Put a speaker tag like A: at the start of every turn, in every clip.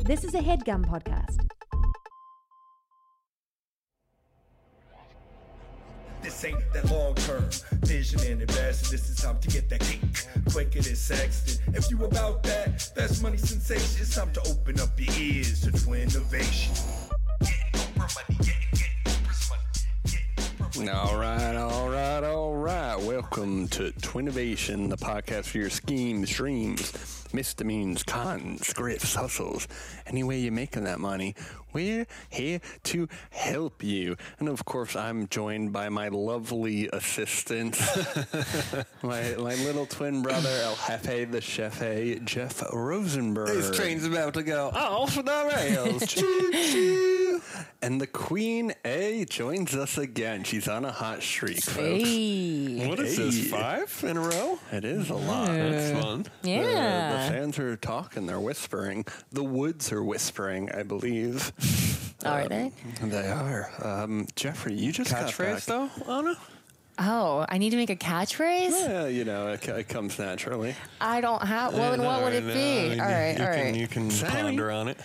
A: This is a headgum podcast.
B: This ain't that long term vision and investing. This is time to get that cake quicker than Sexton. If you about that, that's money sensation. It's time to open up your ears to twin innovation. Getting Oprah money, getting, getting Oprah's money, getting Oprah money.
C: All right, all right, all right. Welcome to Twinnovation, the podcast for your schemes, dreams, misdemeanors, cons, scripts, hustles. Any way you're making that money, we're here to help you. And of course, I'm joined by my lovely assistant, my, my little twin brother, El Jefe, the Chef, Jeff Rosenberg.
D: This train's about to go.
C: off the rails. choo choo. And the Queen A joins us again. She's on a hot streak, folks.
E: Hey.
D: What is
C: Hey.
D: this? Five in a row?
C: It is a
E: Uh,
C: lot.
D: That's fun.
C: The- The,
E: Yeah.
C: fans are talking. They're whispering. The woods are whispering, I believe.
E: Are they?
C: They are. Um, Jeffrey, you just got back.
D: Catchphrase though, Anna.
E: Oh, I need to make a catchphrase?
C: Yeah, you know, it, c- it comes naturally.
E: I don't have. Well, then Oh, what would it be? all right,
D: you
E: all
D: can,
E: right.
D: You can
C: Sorry.
D: ponder on it.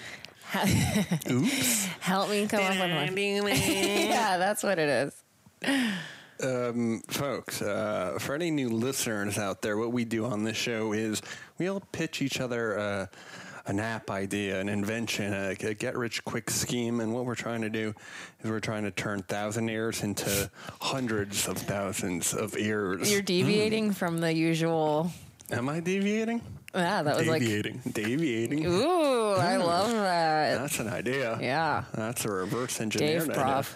C: Oops.
E: Help me come up with one. yeah, that's what it is.
C: Um, Folks, uh, for any new listeners out there, what we do on this show is we all pitch each other uh, an app idea, an invention, a, a get rich quick scheme. And what we're trying to do is we're trying to turn thousand ears into hundreds of thousands of ears.
E: You're deviating from the usual.
C: Am I deviating?
E: Yeah, that was like.
C: Deviating. Deviating.
E: Ooh, I love that.
C: That's an idea.
E: Yeah.
C: That's a reverse engineer.
E: Dave Prof.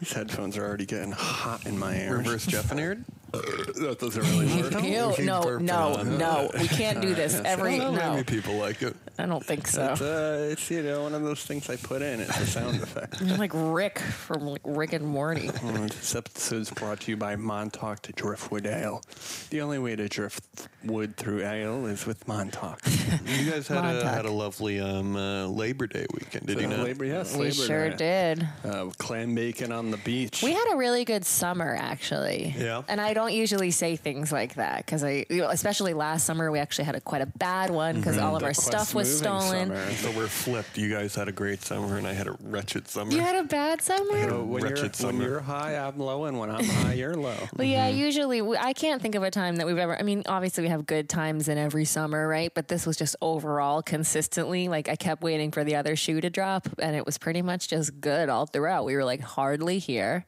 C: These headphones are already getting hot in my ears.
D: Reverse Jeffinard.
C: that doesn't really work.
E: Ew,
D: keep
E: no,
D: burping
E: no,
D: on
E: no. We can't do this every.
D: Well,
E: No,
D: Oh, Maybe people like it.
E: I don't think so.
C: It's, uh, it's you know one of those things I put in. It's a sound effect.
E: I'm like Rick from like Rick and Morty.
C: Well, this episode's brought to you by Montauk to Driftwood Ale. The only way to drift wood through ale is with Montauk.
D: You guys had a,
E: Montauk.
D: had a lovely um, uh, Labor Day weekend, did you
C: Uh,
D: not?
C: Labor, yes,
E: We
C: Labor
E: sure
C: Day.
E: did.
C: Uh, clam bacon on the beach.
E: We had a really good summer, actually.
D: Yeah.
E: And I don't usually say things like that because I, you know, especially last summer, we actually had a quite a bad one because all of
C: The
E: our
C: Quest
E: stuff was
C: moving
E: stolen.
C: summer.
D: So we're flipped. You guys had a great summer, and I had a wretched summer.
E: You had a bad summer?
C: So when,
D: Wretched
C: you're, when
D: summer.
C: you're high, I'm low, and when I'm high, you're low.
E: Well, yeah, usually we, I can't think of a time that we've ever. I mean, obviously we have good times in every summer, right? But this was just overall consistently. Like I kept waiting for the other shoe to drop, and it was pretty much just good all throughout. We were like hardly here,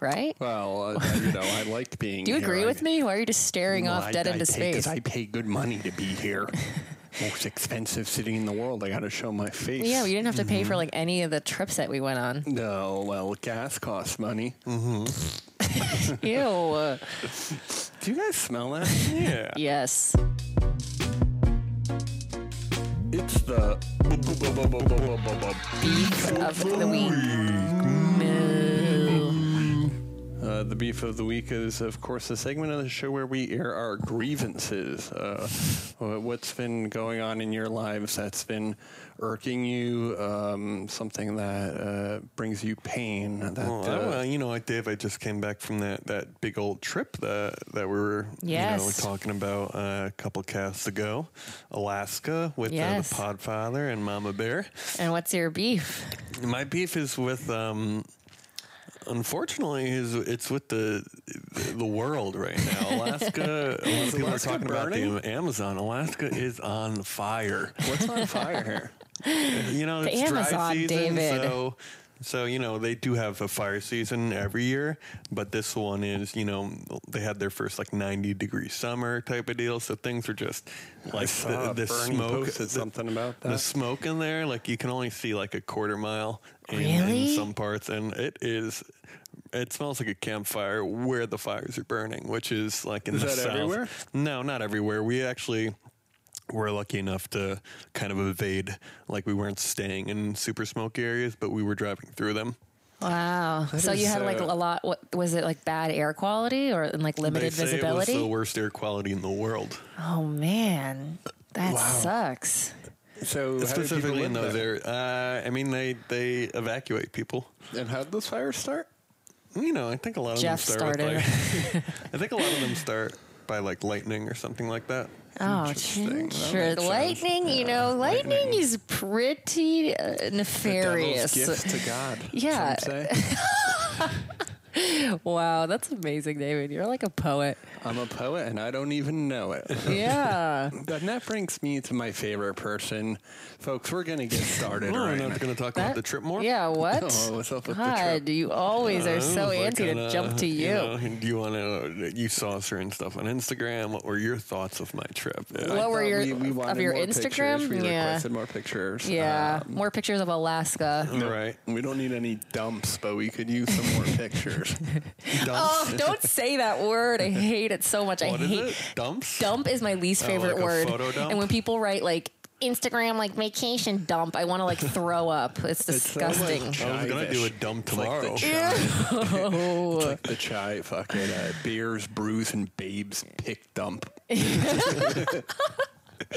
E: right?
C: Well, uh, you know, I like being.
E: Do you agree with me? Why are you just staring off dead into space?
C: I pay good money to be here. Most expensive city in the world. I got to show my face.
E: Yeah, we didn't have to pay for like any of the trips that we went on.
C: No, well, gas costs money.
E: Ew.
C: Do you guys smell that?
D: yeah.
E: Yes.
C: it's the
E: Beef of the week. Moo.
C: uh, the beef of the week is, of course, the segment of the show where we air our grievances. Uh, wh- what's been going on in your lives that's been irking you? Um, something that uh, brings you pain? That
D: Well, I-
C: uh,
D: Oh, well, you know, like Dave, I just came back from that, that big old trip that that we were you know,
E: Yes.
D: talking about uh, a couple casts ago, Alaska with
E: Yes.
D: uh, the Podfather and Mama Bear.
E: And what's your beef?
D: My beef is with, um, unfortunately, is it's with the the world right now. Alaska. a lot of
C: Alaska
D: people are talking
C: burning?
D: about the Amazon. Alaska is on fire.
C: what's on fire here?
D: you know,
E: The
D: it's dry
E: Amazon,
D: season,
E: David.
D: so so you know they do have a fire season every year, but this one is you know they had their first like ninety degree summer type of deal, so things were just like
C: saw
D: the, the
C: Bernie
D: smoke.
C: posted
D: the-
C: something about
D: The
C: that.
D: smoke in there, like you can only see like a quarter mile in, in
E: Really?
D: some parts, and it is. It smells like a campfire where the fires are burning, which is like in
C: Is
D: the
C: that
D: south.
C: everywhere?
D: No, not everywhere. We actually were lucky enough to kind of evade, like we weren't staying in super smoky areas, but we were driving through them.
E: Wow. so you
C: is,
E: had like
C: uh,
E: a lot. What was it like? Bad air quality or and, like
D: They
E: limited
D: say it was uh, the
E: visibility?
D: worst air quality in the world,
E: Oh man, that sucks.
C: So how do people
D: specifically in
C: live
D: those
C: there?
D: areas. Uh, I mean, they they evacuate people.
C: And how'd those fires start?
D: You know, I think a lot of
E: Jeff
D: them start.
E: started.
D: With like, I think a lot of them start by like lightning or something like that.
E: Oh,
C: Interesting. That
E: sure.
C: makes
E: Lightning, you know, lightning, is pretty uh,
C: Devil's
E: nefarious.
C: gift to God.
E: Yeah.
C: some say.
E: Wow, that's amazing, David. You're like a poet.
C: I'm a poet and I don't even know it.
E: Yeah.
C: And that brings me to my favorite person. Folks, we're going to get started
D: We're
C: right
D: not
C: now.
D: going to talk about the trip more.
E: Yeah, what?
C: Oh, what's up with the
E: God,
C: trip?
E: you always are
D: Uh,
E: so
D: we're
E: antsy to
D: gonna,
E: jump to you.
D: know, do you want to? You saw certain stuff on Instagram. What were your thoughts of my trip? Yeah.
E: What were
C: Thought
E: your-
C: we, we
E: of
C: wanted
E: your
C: more
E: Instagram?
C: Pictures. We
E: Yeah.
C: requested more pictures.
E: yeah.
D: uh,
C: Um,
E: More pictures of Alaska.
D: Right.
C: we don't need any dumps, but we could use some more pictures.
E: Oh, don't say that word. I hate it so much.
D: What
E: I
D: is
E: hate
D: it? Dumps.
E: dump is my least
D: Oh,
E: favorite
D: like a
E: word.
D: photo dump?
E: And when people write like Instagram like vacation dump, I want to like throw up. It's disgusting.
D: I was gonna do a
C: Chivish.
D: dump
C: It's like the
D: tomorrow.
C: chi- it's like the chai fucking uh, beers, brews, and babes pick dump.
E: Ew.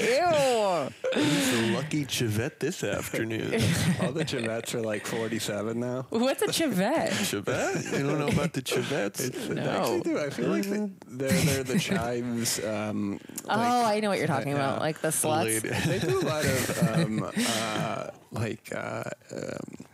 D: Lucky Chivette this afternoon.
C: All the Chivettes are like 47 now.
E: What's a chivette?
D: Chivette? You don't know about the Chivettes?
C: They actually do. I feel like they, they're, they're the chives. Um,
E: oh,
C: like,
E: I know what you're talking about. Like the sluts.
D: Lady.
C: they do a lot of um, uh, like uh, um,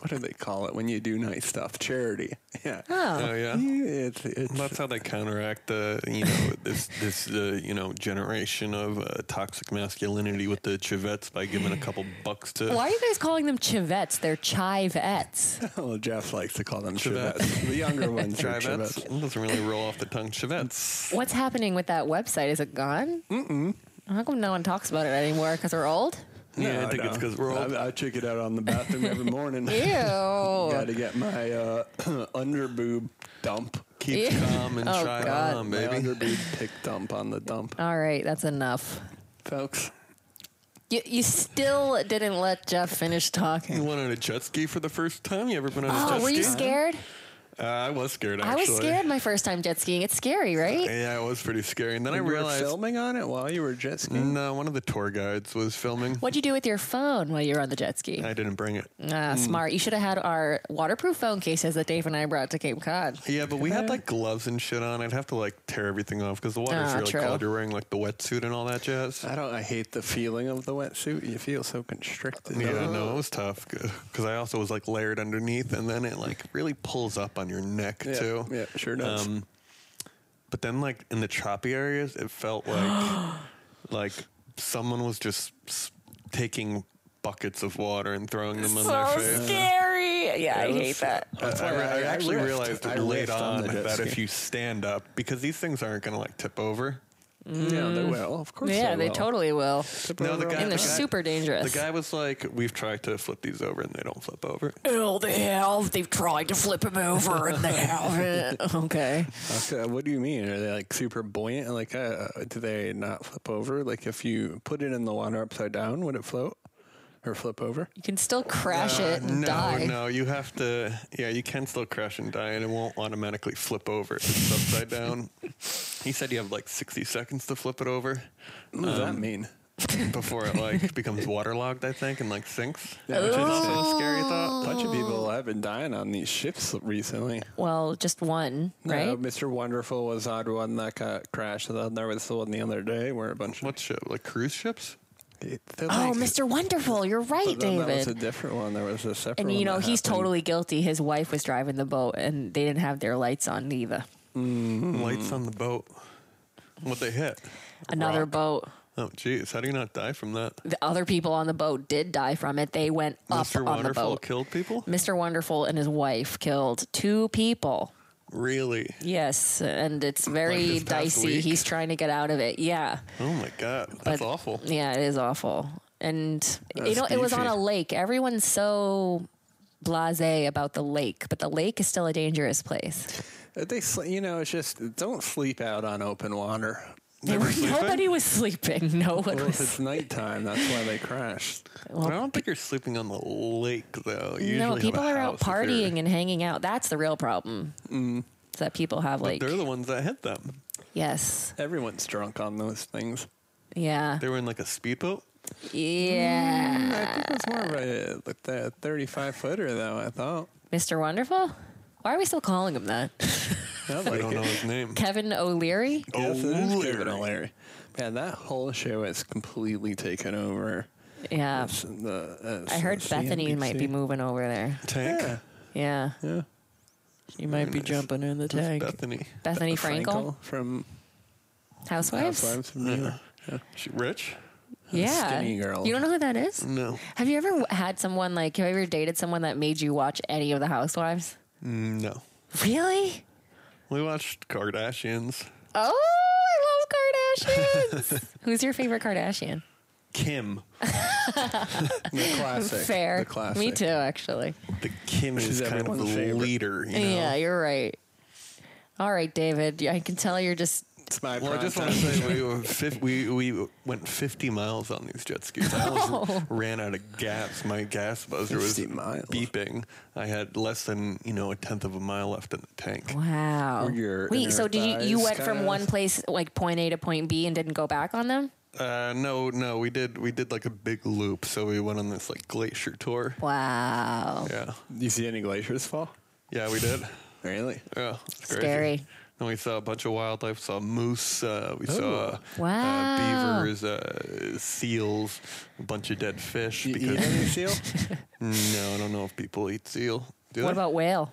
C: what do they call it when you do nice stuff? Charity. Yeah.
E: Oh.
D: Oh yeah.
C: It's, it's,
D: That's how they counteract the you know this this uh, you know generation of uh, toxic masculinity with the Chivettes by giving a couple bucks to
E: Why are you guys calling them chivettes? They're chivettes.
C: well, Jeff likes to call them
D: Chivettes.
C: Chivettes. The younger ones are
D: Chivettes.
C: Chivettes.
D: It doesn't really roll off the tongue. Chivettes.
E: What's happening with that website? Is it gone? Mm-mm. How come no one talks about it anymore? Because we're old?
D: Yeah, I think
C: No,
D: it's
C: no.
D: because we're all
C: I, I check it out on the bathroom every morning.
E: Ew.
C: Got to get my uh, underboob dump.
D: keep
E: Ew.
D: calm and
E: Oh,
D: try
E: God.
D: on,
C: My
D: baby.
C: underboob pick dump on the dump,
E: All right, that's enough.
C: folks.
E: You, you still didn't let Jeff finish talking.
D: You went on a jet ski for the first time. You ever been on a
E: Oh,
D: jet
E: were you
D: ski?
E: scared?
D: Uh, I was scared. Actually.
E: I was scared my first time jet skiing. It's scary, right?
D: Yeah, it was pretty scary. And then I
C: you were
D: realized
C: filming on it while you were jet skiing.
D: no, one of the tour guides was filming.
E: What'd you do with your phone while you were on the jet ski?
D: I didn't bring it.
E: Ah, smart. You should have had our waterproof phone cases that Dave and I brought to Cape Cod.
D: Yeah, but we had like gloves and shit on. I'd have to like tear everything off because the water's
E: Ah,
D: really
E: true.
D: cold. You're wearing like the wetsuit and all that jazz.
C: I don't. I hate the feeling of the wetsuit. You feel so constricted.
D: Yeah, no, it was tough because I also was like layered underneath, and then it like really pulls up on your neck
C: Yeah,
D: too.
C: yeah, sure does.
D: Um, but then like in the choppy areas, it felt like like someone was just s- taking buckets of water and throwing them on their
E: So
D: face.
E: scary. Yeah, I
C: It was-
E: hate that.
C: That's
D: I,
C: why
D: I actually
C: Uh, riffed.
D: realized
C: I
D: late
C: riffed
D: on,
C: the jet
D: that
C: ski.
D: if you stand up, because these things aren't going to like tip over.
C: yeah, they will. Of course,
E: Mm. Yeah, they
C: will.
E: totally will.
C: Tip
D: No, the
C: over
D: guy-
C: on
E: And they're
D: the guy-
E: super
D: The
E: dangerous.
D: guy was like, "We've tried to flip these over, and they don't flip over."
E: oh, they have. They've tried to flip him over and they haven't. Okay.
C: Okay, what do you mean? Are they like super buoyant? Like, uh, do they not flip over? Like, if you put it in the water upside down, would it float or flip over?
E: You can still crash it and
D: Uh, no,
E: die.
D: no, you have to. Yeah, you can still crash and die, and it won't automatically flip over. if It's upside down. He said you have like sixty seconds to flip it over
C: What does
D: Um,
C: that mean?
D: before it like becomes waterlogged, I think, and like sinks.
C: Yeah,
D: which is also
C: Oh.
D: a scary thought.
C: A bunch of people have been dying on these ships recently.
E: Well, just one, right?
C: Uh, Mr. Wonderful was odd one that got crashed. And then there was the one the other day where a bunch of
D: What ship? Like cruise ships?
C: They're
E: oh,
C: like-
E: Mr. Wonderful. You're right,
C: But then that was a
E: David.
C: different one. There was a separate.
E: And you
C: one
E: know,
C: that
E: he's
C: happened.
E: totally guilty. His wife was driving the boat and they didn't have their lights on either. Mm-hmm.
D: Lights on the boat. What they hit?
E: Another
D: Rock.
E: boat.
D: Oh, geez. How do you not die from that?
E: The other people on the boat did die from it. They went up
D: Mr.
E: on the
D: Wonderful
E: boat.
D: killed people?
E: Mr. Wonderful and his wife killed two people.
D: Really?
E: Yes, and it's very
D: this past
E: dicey.
D: week?
E: He's trying to get out of it. Yeah.
D: Oh, my God. That's
E: But-
D: awful.
E: Yeah, it is awful. And you know, it was on
D: beefy.
E: a lake. Everyone's so blasé about the lake, but the lake is still a dangerous place.
C: Uh, They, sl- you know, it's just don't sleep out on open water.
E: There were-
D: sleeping?
E: nobody was sleeping. No one
C: Well, if
E: was.
C: it's nighttime, that's why they crash.
D: I don't think you're sleeping on the lake, though. You
E: No,
D: usually
E: people
D: have a
E: are out
D: house if you're- Mm.
E: partying and hanging out. That's the real problem. Is that people have like
D: They're the ones that hit them.
E: yes,
C: Everyone's drunk on those things.
E: yeah,
D: They were in like a speedboat.
E: yeah.
C: I think it's more of a like the thirty-five footer though. I thought.
E: Mr. Wonderful. Why are we still calling him that?
C: I
D: I
C: like
D: don't
C: it.
D: know his name.
E: Kevin O'Leary. Oh,
C: Yes, it is Kevin
D: O'Leary.
C: O'Leary. Yeah, that whole show has completely taken over.
E: Yeah.
C: s- the, uh,
E: I heard
C: s-
E: Bethany might be
C: CNBC.
E: moving over there.
D: Tank.
E: Yeah.
C: Yeah.
E: She might be
D: nice.
E: jumping in the
D: Who's
E: tank.
D: Bethany.
E: Bethany
C: Frankel
E: Frankel,
C: from
E: Housewives.
C: Housewives from New York.
D: She rich?
E: Yeah.
C: Skinny girl.
E: You don't know who that is?
D: No.
E: Have you ever w- had someone like, have you ever dated someone that made you watch any of the Housewives?
D: No.
E: Really?
D: We watched Kardashians.
E: Oh, I love Kardashians. Who's your favorite Kardashian?
D: Kim.
C: The classic.
E: Fair.
C: The classic.
E: Me too, actually.
D: The Kim
C: She's
D: is kind of the
C: everyone's favorite.
D: leader. You know?
E: Yeah, you're right. All right, David. I can tell you're just.
C: It's my
D: Well, I just
C: prime
D: want to
C: time.
D: say we, were fif- we we went 50 miles on these jet skis. I almost ran out of gas. My gas buzzer was
C: 50 miles.
D: beeping. I had less than you know a tenth of a mile left in the tank.
E: Wow.
C: Were your
E: Wait,
C: inner
E: so did you, you
C: thighs
E: went from
C: kinda-
E: one place, like point A to point B, and didn't go back on them?
D: Uh, no, no, we did we did like a big loop. So we went on this like glacier tour.
E: Wow.
D: Yeah,
C: Do you see any glaciers fall?
D: yeah, we did.
C: Really?
D: Yeah, it's crazy.
E: Scary.
D: And we saw a bunch of wildlife. Saw moose. Uh, we saw
E: Wow.
D: uh, beavers, uh, seals, a bunch of dead fish.
C: You eat any seal?
D: No, I don't know if people eat seal. Do
E: What
D: they?
E: about whale?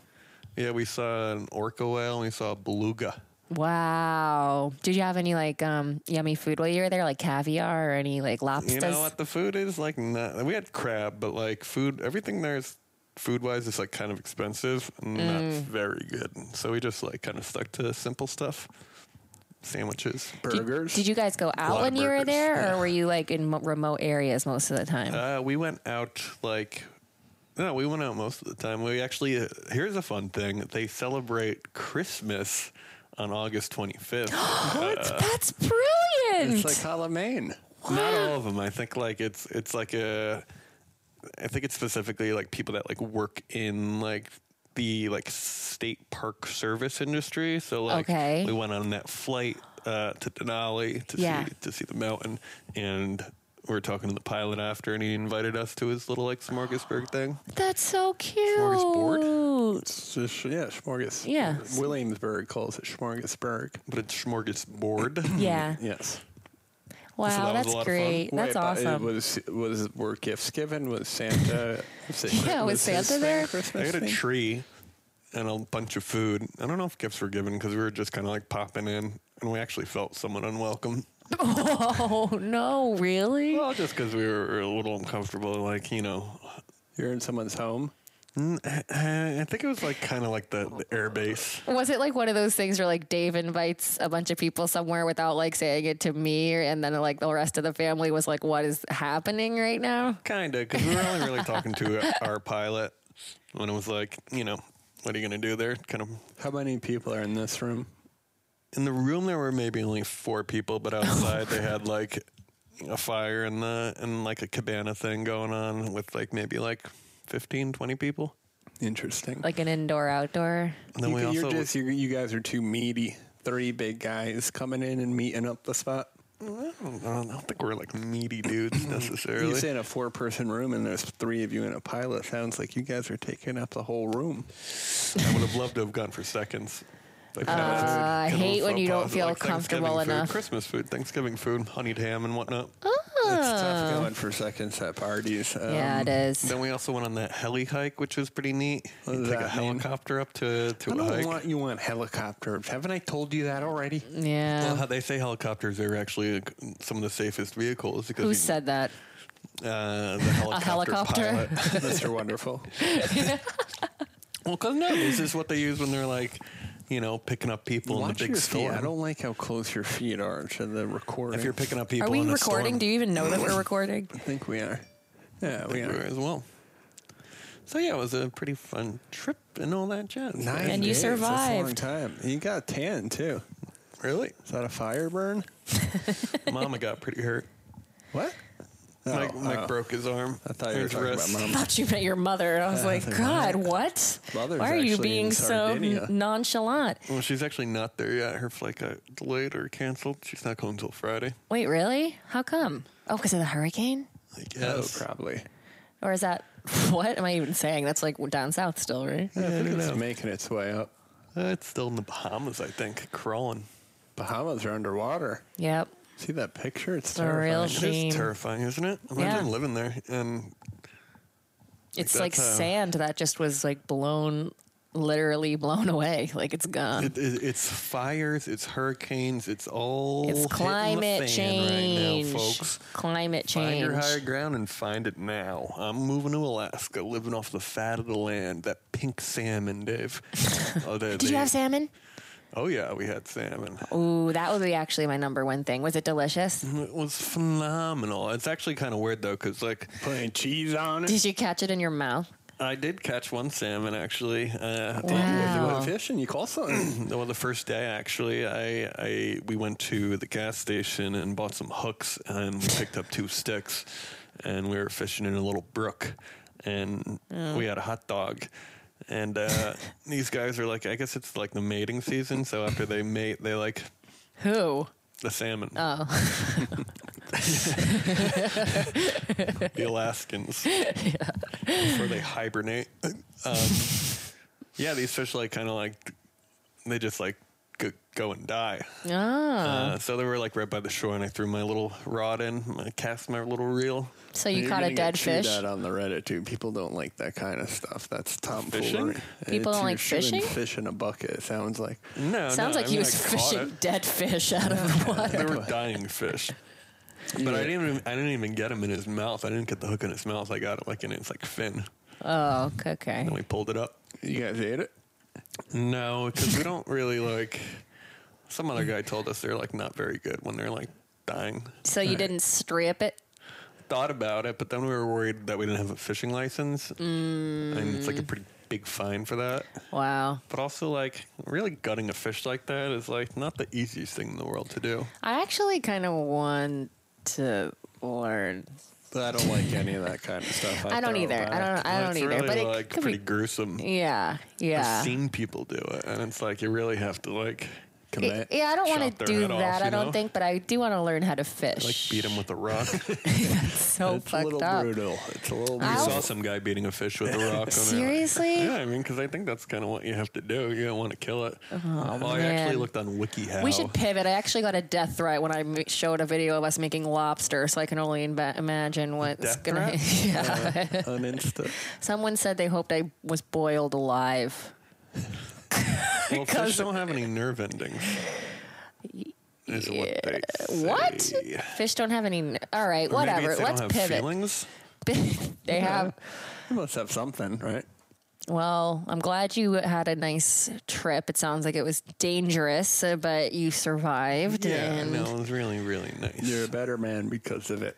D: Yeah, we saw an orca whale and we saw a beluga.
E: Wow. Did you have any like um, yummy food while you were there, like caviar or any like lobsters?
D: You know what? The food is like not. We had crab, but like food, everything there is food wise is like kind of expensive and
E: Mm.
D: not very good. So we just like kind of stuck to simple stuff sandwiches.
C: Burgers?
E: Did you guys go out
D: lot
E: when
D: of
E: you were
D: burgers,
E: there, or
D: yeah.
E: were you like in mo- remote areas most of the time?
D: Uh, we went out like. No, we went out most of the time. We actually, uh, here's a fun thing. They celebrate Christmas on August 25th.
E: Oh,
D: uh,
E: That's- That's brilliant.
C: It's like Halloween.
D: Not all of them. I think like it's it's like a. I think it's specifically like people that like work in like the like state park service industry. So like
E: Okay.
D: we went on that flight uh, to Denali to
E: Yeah.
D: see to see the mountain, and we were talking to the pilot after, and he invited us to his little like smorgasburg thing.
E: That's so cute.
D: Smorgasbord?
C: So, sh- yeah, smorgas.
E: Yeah.
C: Williamsburg calls it smorgasburg.
D: But it's smorgasbord.
E: Yeah.
C: Yes.
E: Wow,
D: Mm-hmm. that was a
E: that's
D: lot of fun.
E: great. That's
C: Wait, but it
E: awesome.
C: Was was were gifts given? Was Santa? was it-
E: Yeah, was
C: his
E: Santa
C: thing
E: there?
D: I
C: Christmas
D: had a
C: thing?
D: tree and a bunch of food. I don't know if gifts were given because we were just kind of like popping in, and we actually felt somewhat unwelcome.
E: oh no, really?
D: Well, just because we were a little uncomfortable, like you know,
C: You're in someone's home.
D: eh, I I think it was like kind of like the, the air base.
E: Was it like one of those things where like Dave invites a bunch of people somewhere without like saying it to me, and then like the rest of the family was like, "What is happening right now?"
D: Kind of, because we were only really talking to our pilot when it was like, you know, what are you going to do there? Kind of
C: How many people are in this room?
D: in the room there were maybe only four people, but outside they had like a fire and the and like a cabana thing going on with like maybe like 15, 20 people.
C: Interesting.
E: Like an indoor outdoor.
D: And then
C: you,
D: we
C: you're
D: also
C: just you you guys are too meaty. Three big guys coming in and meeting up the spot.
D: I don't I don't think we're like meaty dudes necessarily.
C: You say in a four person room and there's three of you in a pilot. Sounds like you guys are taking up the whole room.
D: I would have loved to have gone for seconds. Like, that was
E: Uh, I
D: kind of a
E: hate when
D: faux
E: you don't
D: pas,
E: feel
D: Thanksgiving
E: comfortable
D: food,
E: enough.
D: Christmas food, Thanksgiving food, honeyed ham and whatnot.
C: It's tough going for seconds at parties. Um,
E: yeah, it is.
D: Then we also went on that heli hike, which was pretty neat.
C: What
D: You
C: does
D: take a
C: that mean?
D: helicopter up to to
C: I
D: a
C: don't
D: hike.
C: want you on helicopters. Haven't I told you that already?
E: Yeah.
D: Well, how they say helicopters are actually like, some of the safest vehicles because
E: Who
D: you-
E: said that?
D: uh, the helicopter,
E: helicopter?
D: pilot.
C: Mr. Wonderful.
D: well, because no, this is what they use when they're like, you know, picking up people in
C: Watch
D: the big
C: your feet.
D: storm.
C: I don't like how close your feet are to the recording.
D: if you're picking up people,
E: Are we
D: in a
E: recording?
D: storm,
E: Do you even know that we're recording?
C: I think we are. Oh, Yeah, we
D: we were
C: are.
D: as well. So yeah, it was a pretty fun trip and all that jazz.
C: Nine
E: And you
C: days. That's a long
E: survived.
C: time. You got tan too.
D: Really,
C: Is that a fire burn?
D: Mama got pretty hurt.
C: What?
D: Mike,
C: Oh,
D: Mike
C: oh.
D: broke his arm.
C: I thought you were
D: His
C: talking
D: wrist.
C: about mom.
E: thought you met your mother. I
D: Uh,
E: was like,
C: think
E: God, what?
C: Mother's
E: Why are you
C: actually
E: being
C: in
E: so
C: Sardinia.
E: nonchalant?
D: Well, she's actually not there yet. Her flight got delayed or canceled. She's not going until Friday.
E: Wait, really? How come? Oh, because of the hurricane?
D: I
C: Oh,
D: guess.
C: probably.
E: Or is that what am I even saying? That's like down south still, right?
C: I think it's making its way up.
D: Uh, it's still in the Bahamas, I think, crawling.
C: Bahamas are underwater.
E: Yep.
C: See that picture? It's
E: A
C: terrifying.
E: real
D: It
E: Shame.
D: is terrifying, isn't it? Imagine
E: Yeah.
D: living there and
E: It's like
D: that's uh, how-
E: sand that just was like blown, literally blown away. Like it's gone.
D: it, it, it's fires, it's hurricanes, it's all
E: it's
D: hitting the
E: climate
D: fan
E: change.
D: right now, folks.
E: Climate
D: Find
E: change.
D: your higher ground and find it now. I'm moving to Alaska, living off the fat of the land. That pink salmon, Dave. oh, they-
E: Did you
D: they-
E: have salmon?
D: Oh yeah, we had salmon. Oh,
E: Ooh, that would be actually my number one thing. Was it delicious?
D: It was phenomenal. It's actually kind of weird though, because like
C: Putting cheese on it.
E: Did you catch it in your mouth?
D: I did catch one salmon actually. Uh,
C: You
E: Wow.
C: went fishing. You caught something.
D: Well, the first day actually, I, I we went to the gas station and bought some hooks and we picked up two sticks, and we were fishing in a little brook, and we had a hot dog, and uh, these guys are like, I guess it's like the mating season, so after they mate, they like
E: Who?
D: the salmon,
E: Oh,
D: the Alaskans, before they hibernate. Um, yeah, these fish like kind of like they just like go, go and die.
E: oh.
D: Uh, so they were like right by the shore, and I threw my little rod in, I cast my little reel.
E: So you
C: You're
E: caught
C: gonna
E: a
C: get
E: dead
C: chewed
E: fish.
D: uh,
C: out on the Reddit too. People don't like that kind of stuff. That's tomfoolery.
D: Fishing?
E: People
C: It's
E: don't
C: you
E: like
C: shooting
E: fishing?
C: Fish in a bucket. It sounds like
D: No,
E: Sounds
D: no,
E: like
D: I
E: he
D: mean,
E: was
D: I caught
E: fishing dead fish out of
D: it.
E: water.
D: They were dying fish, but I didn't. Even, I didn't even get him in his mouth. I didn't get the hook in his mouth. I got it like in its like fin,
E: oh, okay.
D: and we pulled it up.
C: you guys ate it.
D: No, because we don't really like. Some other guy told us they're like not very good when they're like dying.
E: So you didn't strip it?
D: Thought about it, but then we were worried that we didn't have a fishing license, and it's like
E: Mm.
D: a pretty big fine for that.
E: Wow.
D: But also, like, really gutting a fish like that is like not the easiest thing in the world to do.
E: I actually kind of want to learn.
C: But I don't like any of that kind of stuff.
E: I
C: throw
E: don't
C: it
E: either. I
C: back.
E: don't. I don't
D: it's
E: either.
D: Really,
E: but it
D: like
E: could
D: pretty
E: be.
D: gruesome.
E: Yeah. Yeah.
D: I've seen people do it, and it's like you really have to like
E: I-
C: Commit.
E: yeah, I don't want
D: chop
E: to
D: their
E: do
D: head
E: that.
D: off,
E: I
D: you
E: don't
D: know?
E: think, but I do want to learn how to fish.
D: like beat him with a rock.
E: so
C: it's a
E: fucked
C: little
E: up.
C: brutal. It's a little.
D: I
E: I'll-
D: saw some guy beating a fish with a rock. and they're like-
E: Seriously?
D: yeah, I mean, because I think that's kind of what you have to do. You don't want to kill it. Oh, well, I actually
E: man.
D: looked on WikiHow.
E: Uh-huh. We should pivot. I actually got a death threat when I m- showed a video of us making lobster, so I can only imba- imagine what's
D: Death
E: gonna.
D: threat?
E: yeah.
C: an insta.
E: Someone said they hoped I was boiled alive.
D: well,
E: because-
D: fish don't have any nerve endings. Is what they say.
E: What? Fish don't have any. n- All right,
D: Or maybe
E: whatever.
D: if they
E: Let's
D: don't have
E: pivot.
D: Feelings.
E: they have.
C: You must have something, right?
E: Well, I'm glad you had a nice trip. It sounds like it was dangerous, uh, but you survived.
D: Yeah,
E: and
D: no, it was really, really nice.
C: You're a better man because of it.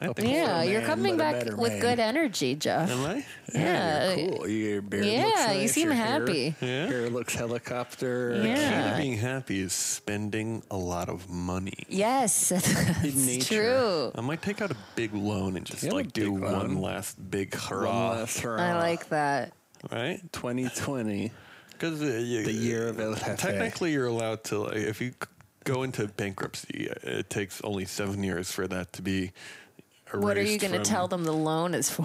D: I think
E: yeah,
C: Poor
E: you're
C: man,
E: coming
C: but a
E: back
C: better
E: with
C: man.
E: good energy, Jeff.
D: Am I?
E: Yeah. uh,
C: you're cool. Your beard
E: Yeah,
C: looks nice.
E: you seem
C: your hair-
E: happy.
D: Yeah.
C: Hair looks helicopter.
E: Yeah.
D: Key to being happy is spending a lot of money.
E: Yes, that's
C: nature.
E: true.
D: I might take out a big loan and just
C: Yeah, a
D: like do
C: big
D: one
C: loan.
D: last big
C: One
D: hurrah,
C: last hurrah.
E: I like that.
D: right?
C: 2020.
D: Because uh, you-
C: The year of El Jefe.
D: technically you're allowed to like if you c- go into bankruptcy, uh, it takes only seven years for that to be.
E: What are you
D: erased
E: going to
D: from
E: tell them the loan is for?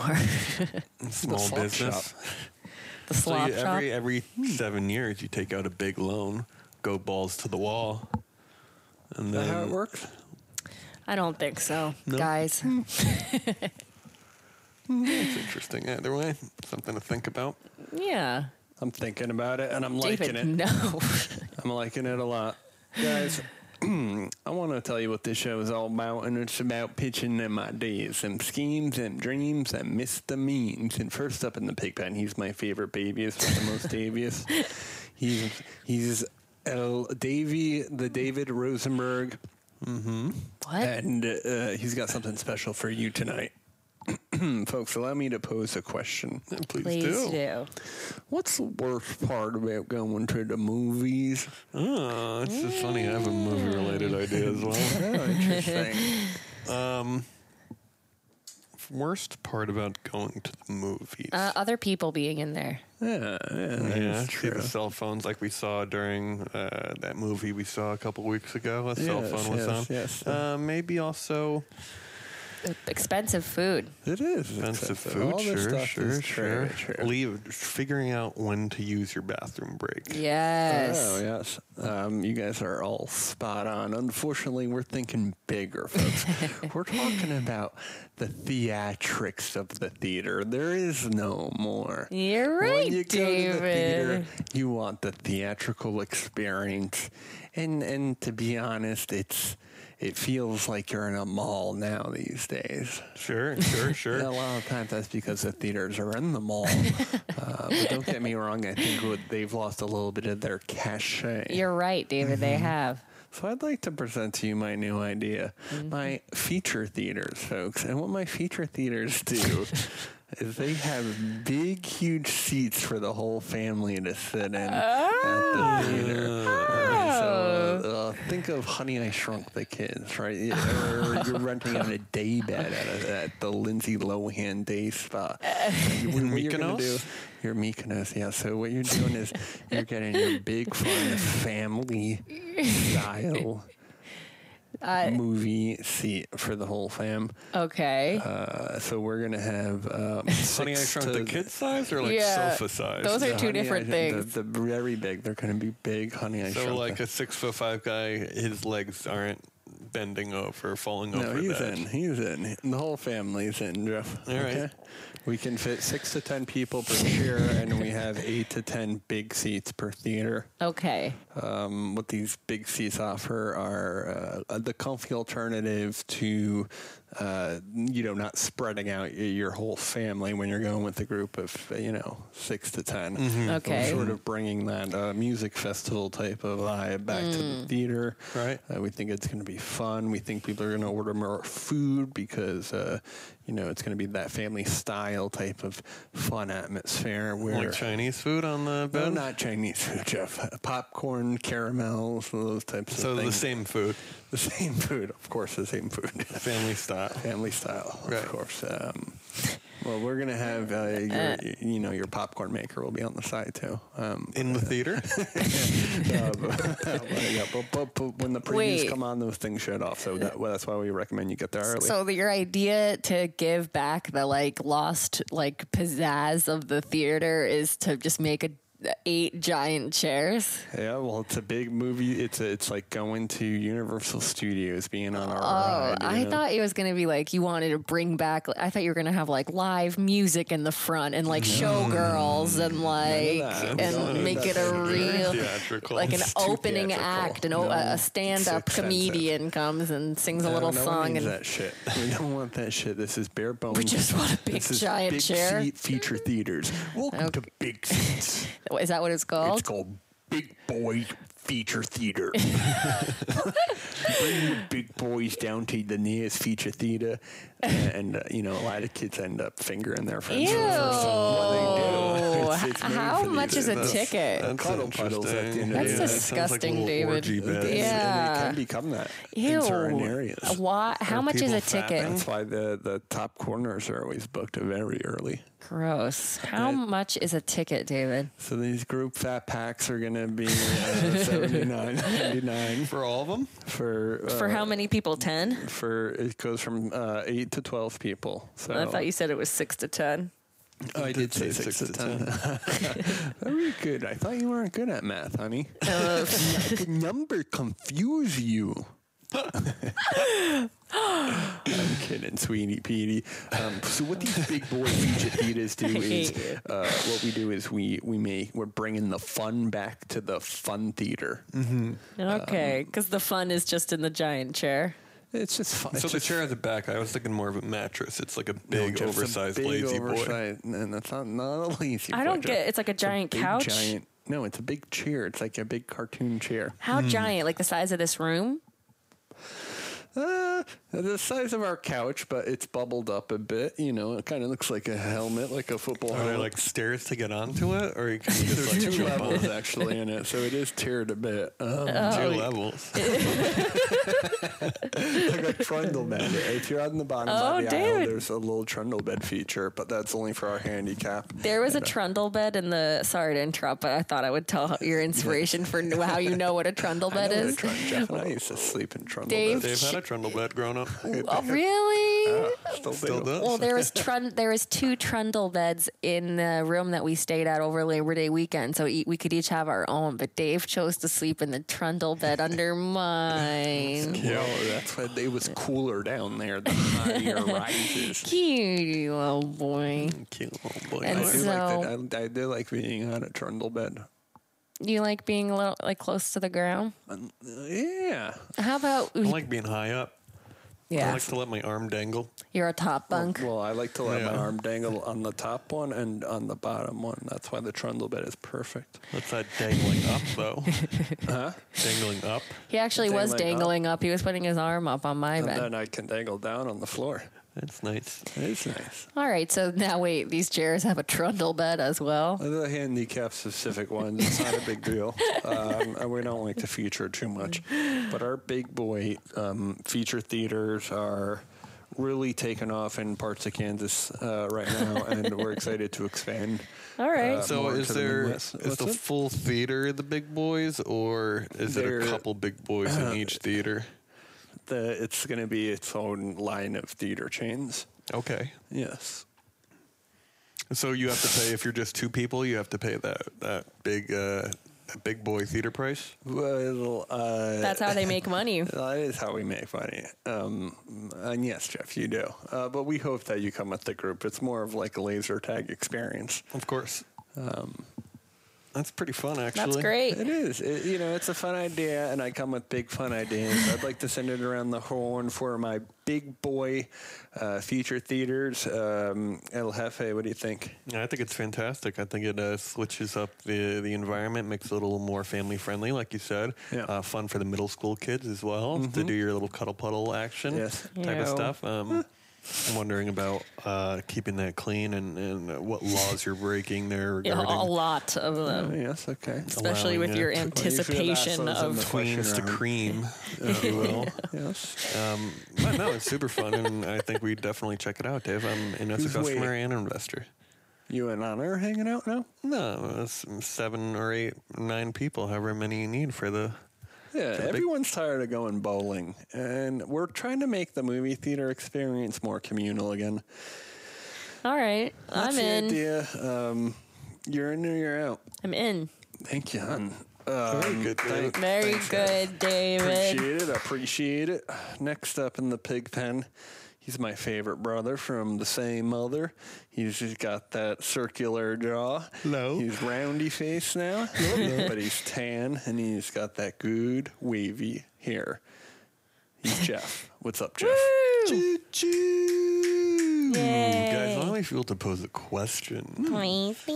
D: Small
C: slop
D: business.
C: shop.
E: the
D: So
E: slop
D: you,
E: shop.
C: e-
D: every every
C: Hmm.
D: seven years you take out a big loan, go balls to the wall, and
C: Is
D: then
C: that how it works?
E: I don't think so,
D: No.
E: guys.
C: Hmm.
D: It's interesting. Either way, something to think about.
E: yeah,
C: I'm thinking about it and I'm liking
E: David.
C: it.
E: No.
C: I'm liking it a lot. Guys, I want to tell you what this show is all about, and it's about pitching them ideas, them schemes, them dreams, them misdemeans. And first up in the pig pen, he's my favorite babiest, the most Davious. He's, he's El Davy, the David Rosenberg,
E: what?
C: and uh, he's got something special for you tonight. Folks, allow me to pose a question.
D: Please,
E: Please
D: do.
E: do.
C: What's the worst part about going to the movies?
D: Oh, it's just funny. I have a movie related
E: Hmm.
D: idea as well.
C: Oh, interesting.
D: Worst part about going to the movies.
E: Uh, other people being in there.
C: yeah, yeah,
D: yeah,
C: that's
D: see
C: true.
D: the cell phones like we saw during uh, that movie we saw a couple weeks ago. A cell
C: Yes,
D: phone was
C: yes,
D: on.
C: yes.
D: Uh, maybe Uh, also
E: expensive food.
C: It is
D: expensive
C: expensive.
D: food.
C: All this
D: Sure,
C: stuff
D: sure,
C: is
D: sure.
C: very true.
D: Leave figuring out when to use your bathroom break.
E: Yes.
C: Oh yes, um, you guys are all spot on. Unfortunately, we're thinking bigger, folks. we're talking about the theatrics of the theater. There is no more.
E: You're right,
C: when you Go to the theater,
E: David.
C: you want the theatrical experience, and and to be honest, it's it feels like you're in a mall now these days.
D: Sure, sure,
C: And
D: sure.
C: a lot of times that's because the theaters are in the mall. uh, but don't get me wrong, I think what- they've lost a little bit of their cachet.
E: You're right, David. They
C: Mm-hmm.
E: have.
C: So I'd like to present to you my new idea, my feature theaters, folks. And what my feature theaters do is they have big, huge seats for the whole family to sit in at the theater. And So uh, think of Honey, I Shrunk the Kids, right? Yeah, Or you're renting out a day bed at, a, at the Lindsay Lohan day spa. You- what you're gonna
D: Mykonos?
C: do- You're Mykonos, yeah. So what you're doing is you're getting your big, fun family style Mm-hmm. movie seat for the whole fam.
E: Okay.
C: Uh, so we're gonna have um,
D: Honey, I
C: six
D: shrunk the
C: to-
D: kid size or like
E: Yeah,
D: sofa size.
E: those are
C: the
E: two
C: Honey I
E: different
C: Shrunk-
E: things.
C: The, the very big. They're gonna be big. Honey, I
D: so
C: shrunk.
D: like
C: the-
D: a six foot five guy, his legs aren't bending over, falling
C: no,
D: over.
C: he's
D: that.
C: in. He's in. The whole family's in, Jeff.
D: All right.
C: We can fit six to ten people per chair, and we have eight to ten big seats per theater.
E: okay.
C: um, what these big seats offer are uh, the comfy alternative to uh, you know not spreading out y- your whole family when you're going with a group of you know six to 10
E: Okay.
C: We're sort of bringing that uh, music festival type of vibe back to the theater.
D: Right.
C: Uh, we think it's going to be fun. We think people are going to order more food because uh, you know it's going to be that family style type of fun atmosphere where
D: Like Chinese food on the
C: no,
D: bed.
C: not Chinese food, Jeff. Uh, Popcorn, caramels, those types
D: so
C: of
D: the
C: things.
D: same food,
C: the same food, of course, the same food.
D: family style.
C: Family style,
D: Right.
C: of course. Um, well, we're gonna have uh, your, you know, your popcorn maker will be on the side too. Um,
D: In the theater,
C: uh, but, yeah, but, but, but when the previews
E: Wait.
C: come on, those things shut off. So that, well, that's why we recommend you get there early.
E: So the, your idea to give back the like lost like pizzazz of the theater is to just make a eight giant chairs.
C: Yeah, well, it's a big movie. It's a, it's like going to Universal Studios, being on our
E: Oh,
C: ride. you
E: I
C: know?
E: thought it was going to be like you wanted to bring back. I thought you were going to have like live music in the front and like showgirls and like
C: that. None
E: and
C: of
E: make
C: that.
E: it a real
D: Theatrical.
E: like an
C: It's too
E: opening
C: theatrical.
E: act and o
C: No,
E: a a
C: it's
E: stand-up
C: expensive.
E: comedian comes and sings a
C: No,
E: little
C: no one
E: song
C: needs
E: and
C: that shit. We don't want that shit. This is bare bones.
E: just want a big
C: This is
E: giant
C: big
E: chair.
C: Seat feature theaters. Welcome to big seats.
E: is that what
C: It's
E: it's called?
C: called Big Boy Feature Theater. Bring the big boys down to the nearest feature theater, and uh, you know a lot of kids end up fingering their friends. for
E: Ew!
C: the first time. Well, they do. It's- it's made
E: How
C: for these
E: much is a
C: events.
E: ticket?
D: That's
C: Cuddle puddles at the
D: interesting.
C: end of the
E: That's
C: day.
D: that sounds like a
E: disgusting,
D: little
E: David.
D: orgy bed.
C: They-
E: Yeah.
C: and they can become that
E: Ew! Uh,
C: in certain areas.
E: Why, how
D: Are
E: much is
D: people
E: a ticket?
D: fapping?
C: That's why the, the top corners are always booked very early.
E: Gross. How much is a ticket, David?
C: So these group fat packs are going to be uh, 79 99
D: for all of them.
C: for uh,
E: For how many people? Ten.
C: for it goes from uh, 8 to 12 people. So
E: I thought you said it was six to ten.
C: Oh, I did say 6 to 10. Very good. I thought you weren't good at math, honey.
E: Oh.
C: Let the number confuse you. I'm kidding, sweetie Petey. Um, so what these big boy feature theaters do is
E: hate you.
C: uh, what we do is we we make we're bringing the fun back to the fun theater. Um,
E: Okay, because the fun is just in the giant chair.
C: It's just fun.
D: So
C: it's
D: the
C: just
D: chair at the back, I was thinking more of a mattress. It's like a big,
C: just a
D: oversized,
C: big
D: lazy boy.
C: oversized- And that's not not a lazy.
E: I
C: boy,
E: don't
C: Jeff.
E: get. It's like a giant
C: Big
E: couch.
C: giant. No, it's a big chair. It's like a big cartoon chair.
E: How giant? Like the size of this room?
C: Uh, the size of our couch, but it's bubbled up a bit. You know, it kind of looks like a helmet, like a football
D: Are there
C: helmet.
D: Oh, like stairs to get onto it, or you can you just like
C: There's two
D: jump
C: levels
D: on
C: actually in it, so it is tiered a bit. Um,
E: Oh.
D: two levels?
C: like a trundle bed. If you're on the bottom
E: Oh,
C: of the aisle,
E: dude.
C: there's a little trundle bed feature, but that's only for our handicap.
E: There was a trundle bed in the. Sorry to interrupt, but I thought I would tell your inspiration for how you know what a trundle
C: I
E: bed
C: know what a
E: is.
C: trun- Jeff and I used to sleep in trundle
E: Dave-
C: beds.
D: Dave had a trundle bed growing up.
E: Oh, really?
D: Still, Still does.
E: Well, there was trun- there was two trundle beds in the room that we stayed at over Labor Day weekend, so e- we could each have our own. But Dave chose to sleep in the trundle bed under mine.
C: Well, that's why they was cooler down there than higher rises.
E: Cute little boy.
C: Cute little boy.
E: And
C: I, do
E: so-
C: like that. I, I do like being on a trundle bed.
E: You like being a little like close to the ground?
C: Um, yeah.
E: How about
D: I like being high up. I
E: yeah?
D: like to let my arm dangle.
E: You're a top bunk.
C: Well, I like to let my
D: Yeah.
C: arm dangle on the top one and on the bottom one. That's why the trundle bed is perfect.
D: What's that dangling up though? Dangling up.
E: He actually was
C: Dangling up.
E: dangling up. He was putting his arm up on my
C: And
E: bed.
C: then I can dangle down on the floor.
D: That's nice.
C: It's nice.
E: All right, so now wait, these chairs have a trundle bed as well.
C: The handicap specific ones, it's not a big deal. Um, and we don't like to feature too much. But our big boy um, feature theaters are really taking off in parts of Kansas uh, right now, and we're excited to expand.
E: All right.
C: Uh,
D: So
C: more
D: is
C: to the
D: there
C: Midwest.
D: is
C: What's
D: the
C: it?
D: full theater the big boys or is it
C: There-
D: a couple big boys in each theater?
C: the, it's going to be its own line of theater chains.
D: Okay.
C: Yes.
D: So you have to pay if you're just two people, you have to pay that that big uh that big boy theater price.
C: Well, uh,
E: That's how they make money.
C: That is how we make money. Um, and yes, Jeff, you do. Uh, but we hope that you come with the group. It's more of like a laser tag experience.
D: Of course. Um that's pretty fun actually.
E: That's great.
C: It is. It, you know, it's a fun idea, and I come with big fun ideas. I'd like to send it around the horn for my big boy uh, feature theaters. Um, El Jefe, what do you think?
D: Yeah, I think it's fantastic. I think it uh, switches up the the environment, makes it a little more family friendly, like you said.
C: Yeah. Mm-hmm.
D: Uh, fun for the middle school kids as well to do your little cuddle puddle action
C: Yes.
D: type
E: Yeah.
D: of stuff. Um, I'm wondering about uh, keeping that clean and, and what laws you're breaking there
E: Yeah,
D: regarding
E: a lot of them,
C: Oh, Yes, okay.
E: especially
D: Allowing
E: with your
D: it to-
E: anticipation
C: Well, you should have asked those in
E: of.
C: the
D: tweens to
C: Question round.
D: cream, if you will.
C: Yes.
D: Um, but no, it's super fun, and I think we definitely check it out, Dave. I'm in as a
C: Who's waiting?
D: customer and investor.
C: You and Anna are hanging out now?
D: No, that's seven or eight, nine people, however many you need for the
C: Yeah,
D: big-
C: everyone's tired of going bowling, and we're trying to make the movie theater experience more communal again.
E: All right,
C: That's
E: I'm
C: the
E: in.
C: Idea. Um, you're in or you're out.
E: I'm in.
C: Thank you, hon. Um,
D: Very good,
C: thank-
D: David.
E: Very
C: thanks, guys.
E: good, David.
C: Appreciate it. Appreciate it. Next up in the pig pen, he's my favorite brother from the same mother. He's just got that circular jaw.
D: Hello.
C: He's roundy face now, but he's tan and he's got that good wavy hair. He's Jeff. What's up, Jeff?
D: Choo-choo.
E: Yay.
D: Guys, allow me feel to pose a question. What's,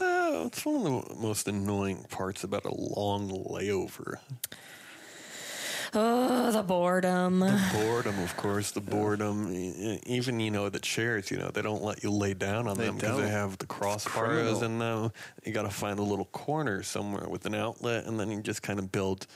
C: Oh.
D: uh, what's one of the most annoying parts about a long layover?
E: Oh, the boredom.
D: Boredom, of course, the boredom. E- e- Even, you know, the chairs, you know, they don't let you lay down on
C: They
D: them because they
C: don't.
D: have the
C: criminal.
D: crossbars in them. You got to find a little corner somewhere with an outlet, and then you just kind of build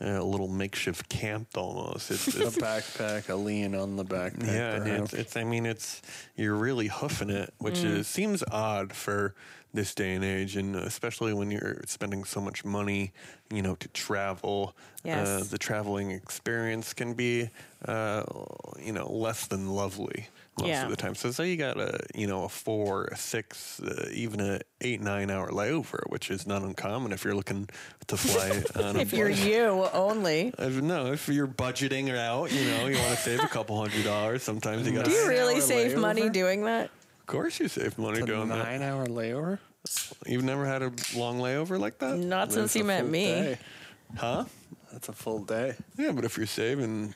D: uh, a little makeshift camp almost. It's,
C: A
D: it's
C: backpack, a lean on the backpack.
D: Yeah, and
C: perhaps.
D: it's, it's. I mean, it's you're really hoofing it, which
E: Mm.
D: is, seems odd for this day and age, and especially when you're spending so much money, you know, to travel. Uh,
E: Yes.
D: the traveling experience can be, uh, you know, less than lovely most
E: Yeah.
D: of the time. So say you got a, you know, a four, a six, uh, even a eight, nine hour layover, which is not uncommon if you're looking to fly on a
E: If you're
D: budget.
E: you only.
D: If, no, if you're budgeting out, you know, you want to save a couple hundred dollars. Sometimes you got
E: Do
D: to.
E: you really
C: Hour
E: save money
C: layover?
E: doing that?
D: Of course, you save money
C: a
D: doing that.
C: nine-hour layover.
D: You've never had a long layover like that,
E: Not since you met me.
C: Day.
D: huh?
C: That's a full day.
D: Yeah, but if you're saving,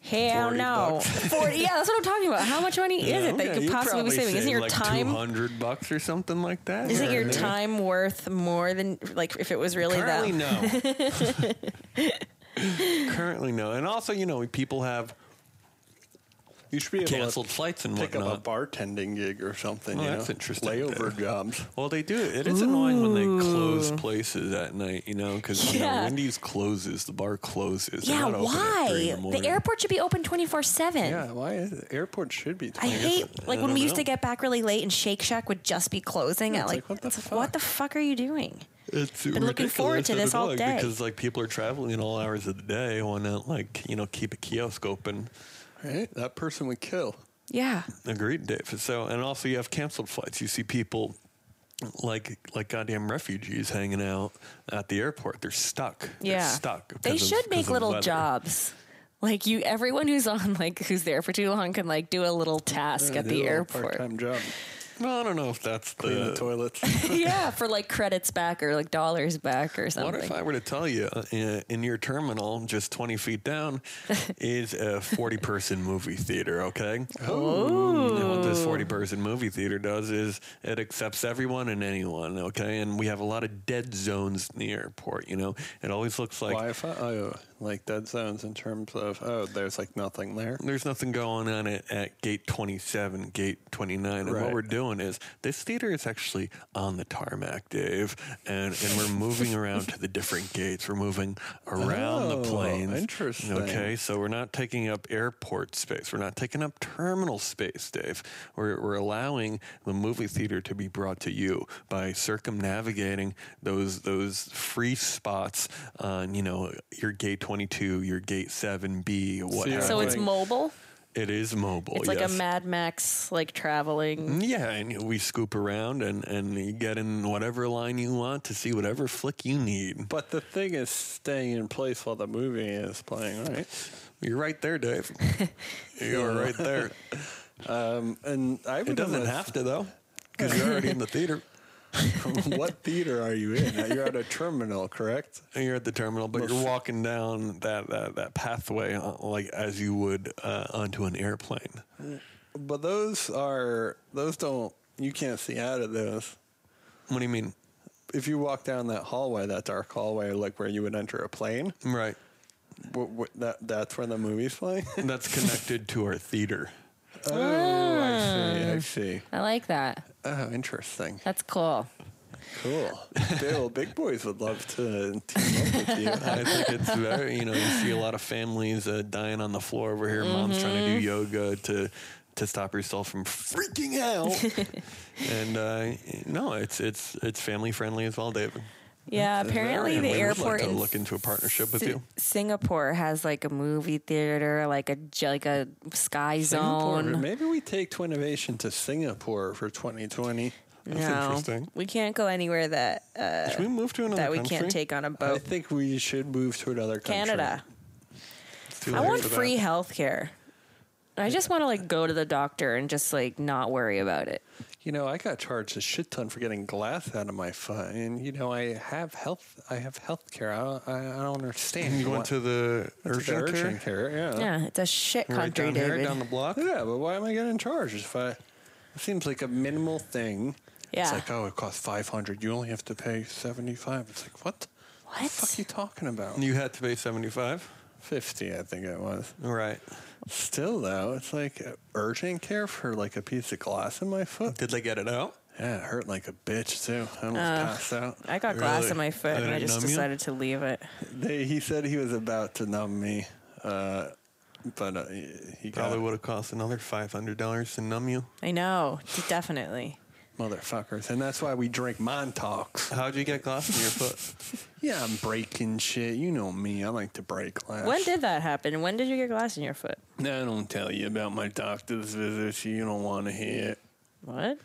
E: Hell
D: 40
E: no.
D: bucks.
E: 40, yeah, that's what I'm talking about. How much money is it that you could possibly be saving? Isn't your
D: two
E: time?
D: hundred bucks or something like that?
E: Isn't your
D: Or-
E: time worth more than like if it was really that?
D: Currently, no. Currently, no. And also, you know, people have
C: You should be able
D: canceled
C: to
D: flights and
C: pick
D: whatnot.
C: up a bartending gig or something.
D: Oh,
C: you
D: that's
C: know?
D: interesting.
C: Layover
D: Yeah.
C: jobs.
D: Well, they do. It is annoying when they close
E: Ooh.
D: places at night, you know, because you know,
E: Yeah.
D: Wendy's closes, the bar closes. They're
E: yeah,
D: not open at three
E: why?
D: in
E: The
D: morning.
E: airport should be open 24 7.
C: Yeah, why is it? airport should be?
E: I
C: 20.
E: hate like
D: I
E: when
D: don't
E: we used
D: know.
E: to get back really late and Shake Shack would just be closing
C: Yeah,
E: at
C: it's
E: like,
C: like, what the
E: it's like, what
C: fuck?
E: the fuck are you doing?
D: It's
E: Been looking forward to
D: ridiculous
E: this all
D: annoying
E: day.
D: because like people are traveling in all hours of the day. Want to like you know keep a kiosk open.
C: Right? That person would kill.
E: Yeah.
D: Agreed, Dave. So, and also you have canceled flights. You see people like like goddamn refugees hanging out at the airport. They're stuck. They're
E: Yeah.
D: stuck.
E: They
D: because of-
E: should
D: because
E: make
D: of
E: little
D: weather.
E: jobs. Like you everyone who's on like who's there for too long can like do a little task at
C: Do a
E: the
C: little
E: airport.
C: Part-time job.
D: Well, I don't know if that's
C: Clean the
D: the.
C: toilets.
E: yeah, for like credits back or like dollars back or
D: What
E: something.
D: if I were to tell you uh, in in your terminal, just 20 feet down, is a 40 person movie theater, okay? Oh. And what this 40 person movie theater does is it accepts everyone and anyone, okay? And we have a lot of dead zones in the airport, you know? It always looks like
C: Wi-Fi. Oh, like dead zones in terms of oh, there's like nothing there.
D: there's nothing going on at, at gate 27, gate 29. And what
C: Right.
D: we're doing is this theater is actually on the tarmac, Dave, and, and we're moving around to the different gates. We're moving around
C: Oh,
D: the planes.
C: interesting.
D: Okay, so we're not taking up airport space. We're not taking up terminal space, Dave. We're, we're allowing the movie theater to be brought to you by circumnavigating those those free spots on, you know, your gate 22, your gate 7B, what
C: you're
D: have
E: so it's
D: you.
C: Like-
E: mobile?
D: It is mobile.
E: It's like
D: Oh, yes.
E: a Mad Max like traveling.
D: Yeah, and we scoop around and and you get in whatever line you want to see whatever flick you need.
C: But the thing is staying in place while the movie is playing, right?
D: You're right there, Dave. You're right there.
C: Um, and I
D: It
C: would
D: doesn't
C: almost-
D: have to though, because you're already in the theater.
C: what theater are you in? You're at a terminal, correct?
D: And You're at the terminal, but you're walking down that that, that pathway uh, like as you would uh, onto an airplane.
C: But those are those don't you can't see out of those.
D: What do you mean?
C: If you walk down that hallway, that dark hallway, like where you would enter a plane,
D: Right.
C: w- w- that that's where the movie's playing.
D: That's connected to our theater.
E: Hmm.
C: oh, I see.
E: Uh.
C: I see.
E: I like that.
C: Oh, interesting.
E: That's cool.
C: Cool. Bill, big boys would love to team up with you.
D: I think it's very, you know, you see a lot of families uh, dying on the floor over here. Mom's trying to do
E: Mm-hmm.
D: yoga to to stop herself from freaking out. and uh, no, it's it's it's family friendly as well, David.
E: Yeah, apparently
D: And
E: the
D: we would
E: airport
D: like to
E: in
D: look into a partnership with
E: Si-
D: you.
E: Singapore has like a movie theater, like a j- like a sky
C: Singapore.
E: zone.
C: Maybe we take Twinnovation to Singapore for 2020.
D: That's interesting.
E: we can't go anywhere that uh,
D: Should we move to another
E: that we
D: country?
E: can't take on a
C: I
E: boat.
C: think we should move to another country.
E: Canada.
D: It's too
E: I
D: late
E: want
D: for that.
E: free health care. I just want to like go to the doctor and just like not worry about it.
C: You know, I got charged a shit ton for getting glass out of my foot, and you know, I have health. I have health care. I don't, I I don't understand.
D: You went
C: what-
D: to the
C: It's like
D: urgent care?
C: urgent care. Yeah.
E: Yeah, it's a shit
D: Oh. Right
E: country,
D: down here,
E: David.
D: down the block.
C: Yeah, but why am I getting charged if I? It seems like a minimal thing.
E: Yeah.
C: It's like, oh, it costs five hundred. You only have to pay seventy five. It's like, what? The fuck
E: what?
C: are you talking about?
D: You had to pay seventy five.
C: Fifty, I think it was.
D: Right.
C: Still though, it's like urgent care for like a piece of glass in my foot.
D: Did they get it out?
C: Yeah, it hurt like a bitch too. I almost passed out.
E: I got glass
D: Really?
E: in my foot
D: They
E: and I
D: didn't
E: just
D: numb you?
E: decided to leave it.
C: They, he said he was about to numb me, uh, but uh, he he
D: Probably
C: got
D: would have cost another five hundred dollars to numb you.
E: I know, definitely.
C: motherfuckers, and that's why we drink Montauk's.
D: How'd you get glass in your foot?
C: Yeah, I'm breaking shit. You know me. I like to break glass.
E: When did that happen? When did you get glass in your foot?
C: I don't tell you about my doctor's visits. You don't want to hear. it.
E: What?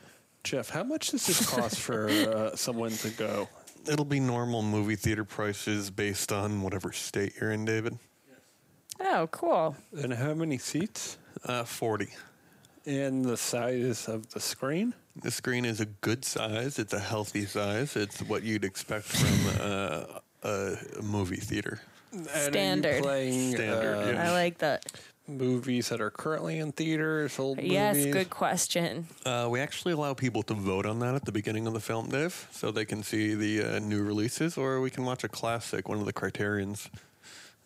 C: Jeff, how much does this cost for uh, someone to go?
D: It'll be normal movie theater prices based on whatever state you're in, David.
E: Oh, cool.
C: And how many seats?
D: Uh, 40.
C: And the size of the screen?
D: The screen is a good size. It's a healthy size. It's what you'd expect from uh, a movie theater.
C: Are you
E: Standard.
C: playing
D: Standard,
C: uh,
D: yeah.
E: I like that.
C: movies that are currently in theaters, old
E: Yes,
C: movies?
E: good question.
D: Uh, we actually allow people to vote on that at the beginning of the film, Dave, so they can see the uh, new releases, or we can watch a classic, one of the criterions.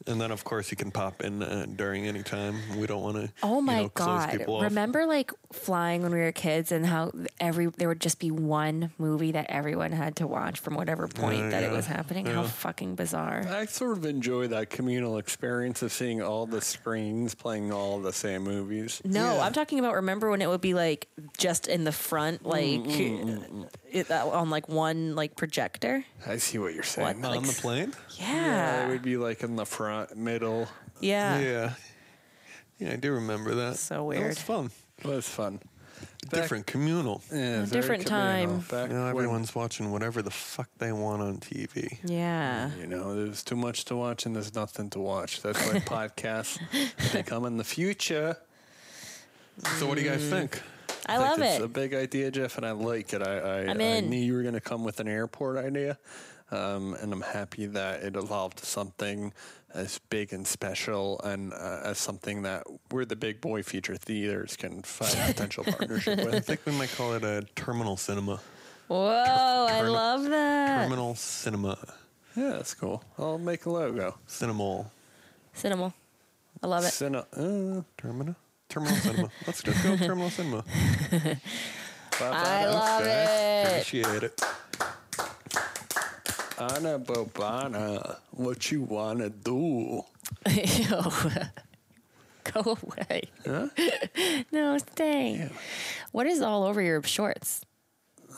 D: And then, of course, you can pop in uh, during any time. We don't want to.
E: Oh my
D: you know, close
E: god!
D: people off.
E: Remember, like flying when we were kids, and how every there would just be one movie that everyone had to watch from whatever point
D: Yeah,
E: that it
D: yeah,
E: was happening. How fucking bizarre!
C: I sort of enjoy that communal experience of seeing all the screens playing all the same movies.
E: No, I'm talking about remember when it would be like just in the front, like it, that- on like one like projector.
C: I see what you're saying.
E: What?
D: on
E: like-
D: the plane?
E: Yeah,
C: Yeah, it would be like in the front, middle.
E: yeah.
D: Yeah. Yeah, I do remember that.
E: So
D: That
E: weird.
D: was fun.
C: Well, it's fun.
D: Different communal.
C: Yeah,
E: A
C: very
E: different
C: communal.
E: time.
C: Back
D: Now
C: when-
D: everyone's watching whatever the fuck they want on TV.
E: Yeah.
C: You know, there's too much to watch and there's nothing to watch. That's why podcasts they come in the future.
D: So what do you
E: Mm.
D: guys think?
E: I love
C: think it's a
E: it.
C: big idea, Jeff, and I like it. I I,
E: I'm
C: I
E: in.
C: knew you were going to come with an airport idea, um, and I'm happy that it evolved to something as big and special, and uh, as something that we're the big boy feature theaters can find a potential partnership
D: I
C: with.
D: think we might call it a terminal cinema.
E: Whoa, I
D: termi-
E: love that.
D: Terminal cinema.
C: Yeah, that's cool. I'll make a logo.
D: Cinemal.
E: Cinema. I love it.
C: Cine- uh,
D: Terminal? Terminal cinema. Let's just go terminal cinema.
E: I love it.
D: Appreciate it.
C: Anna Bobana, what you wanna do?
E: Ew. Go away. no, stay. What is all over your shorts?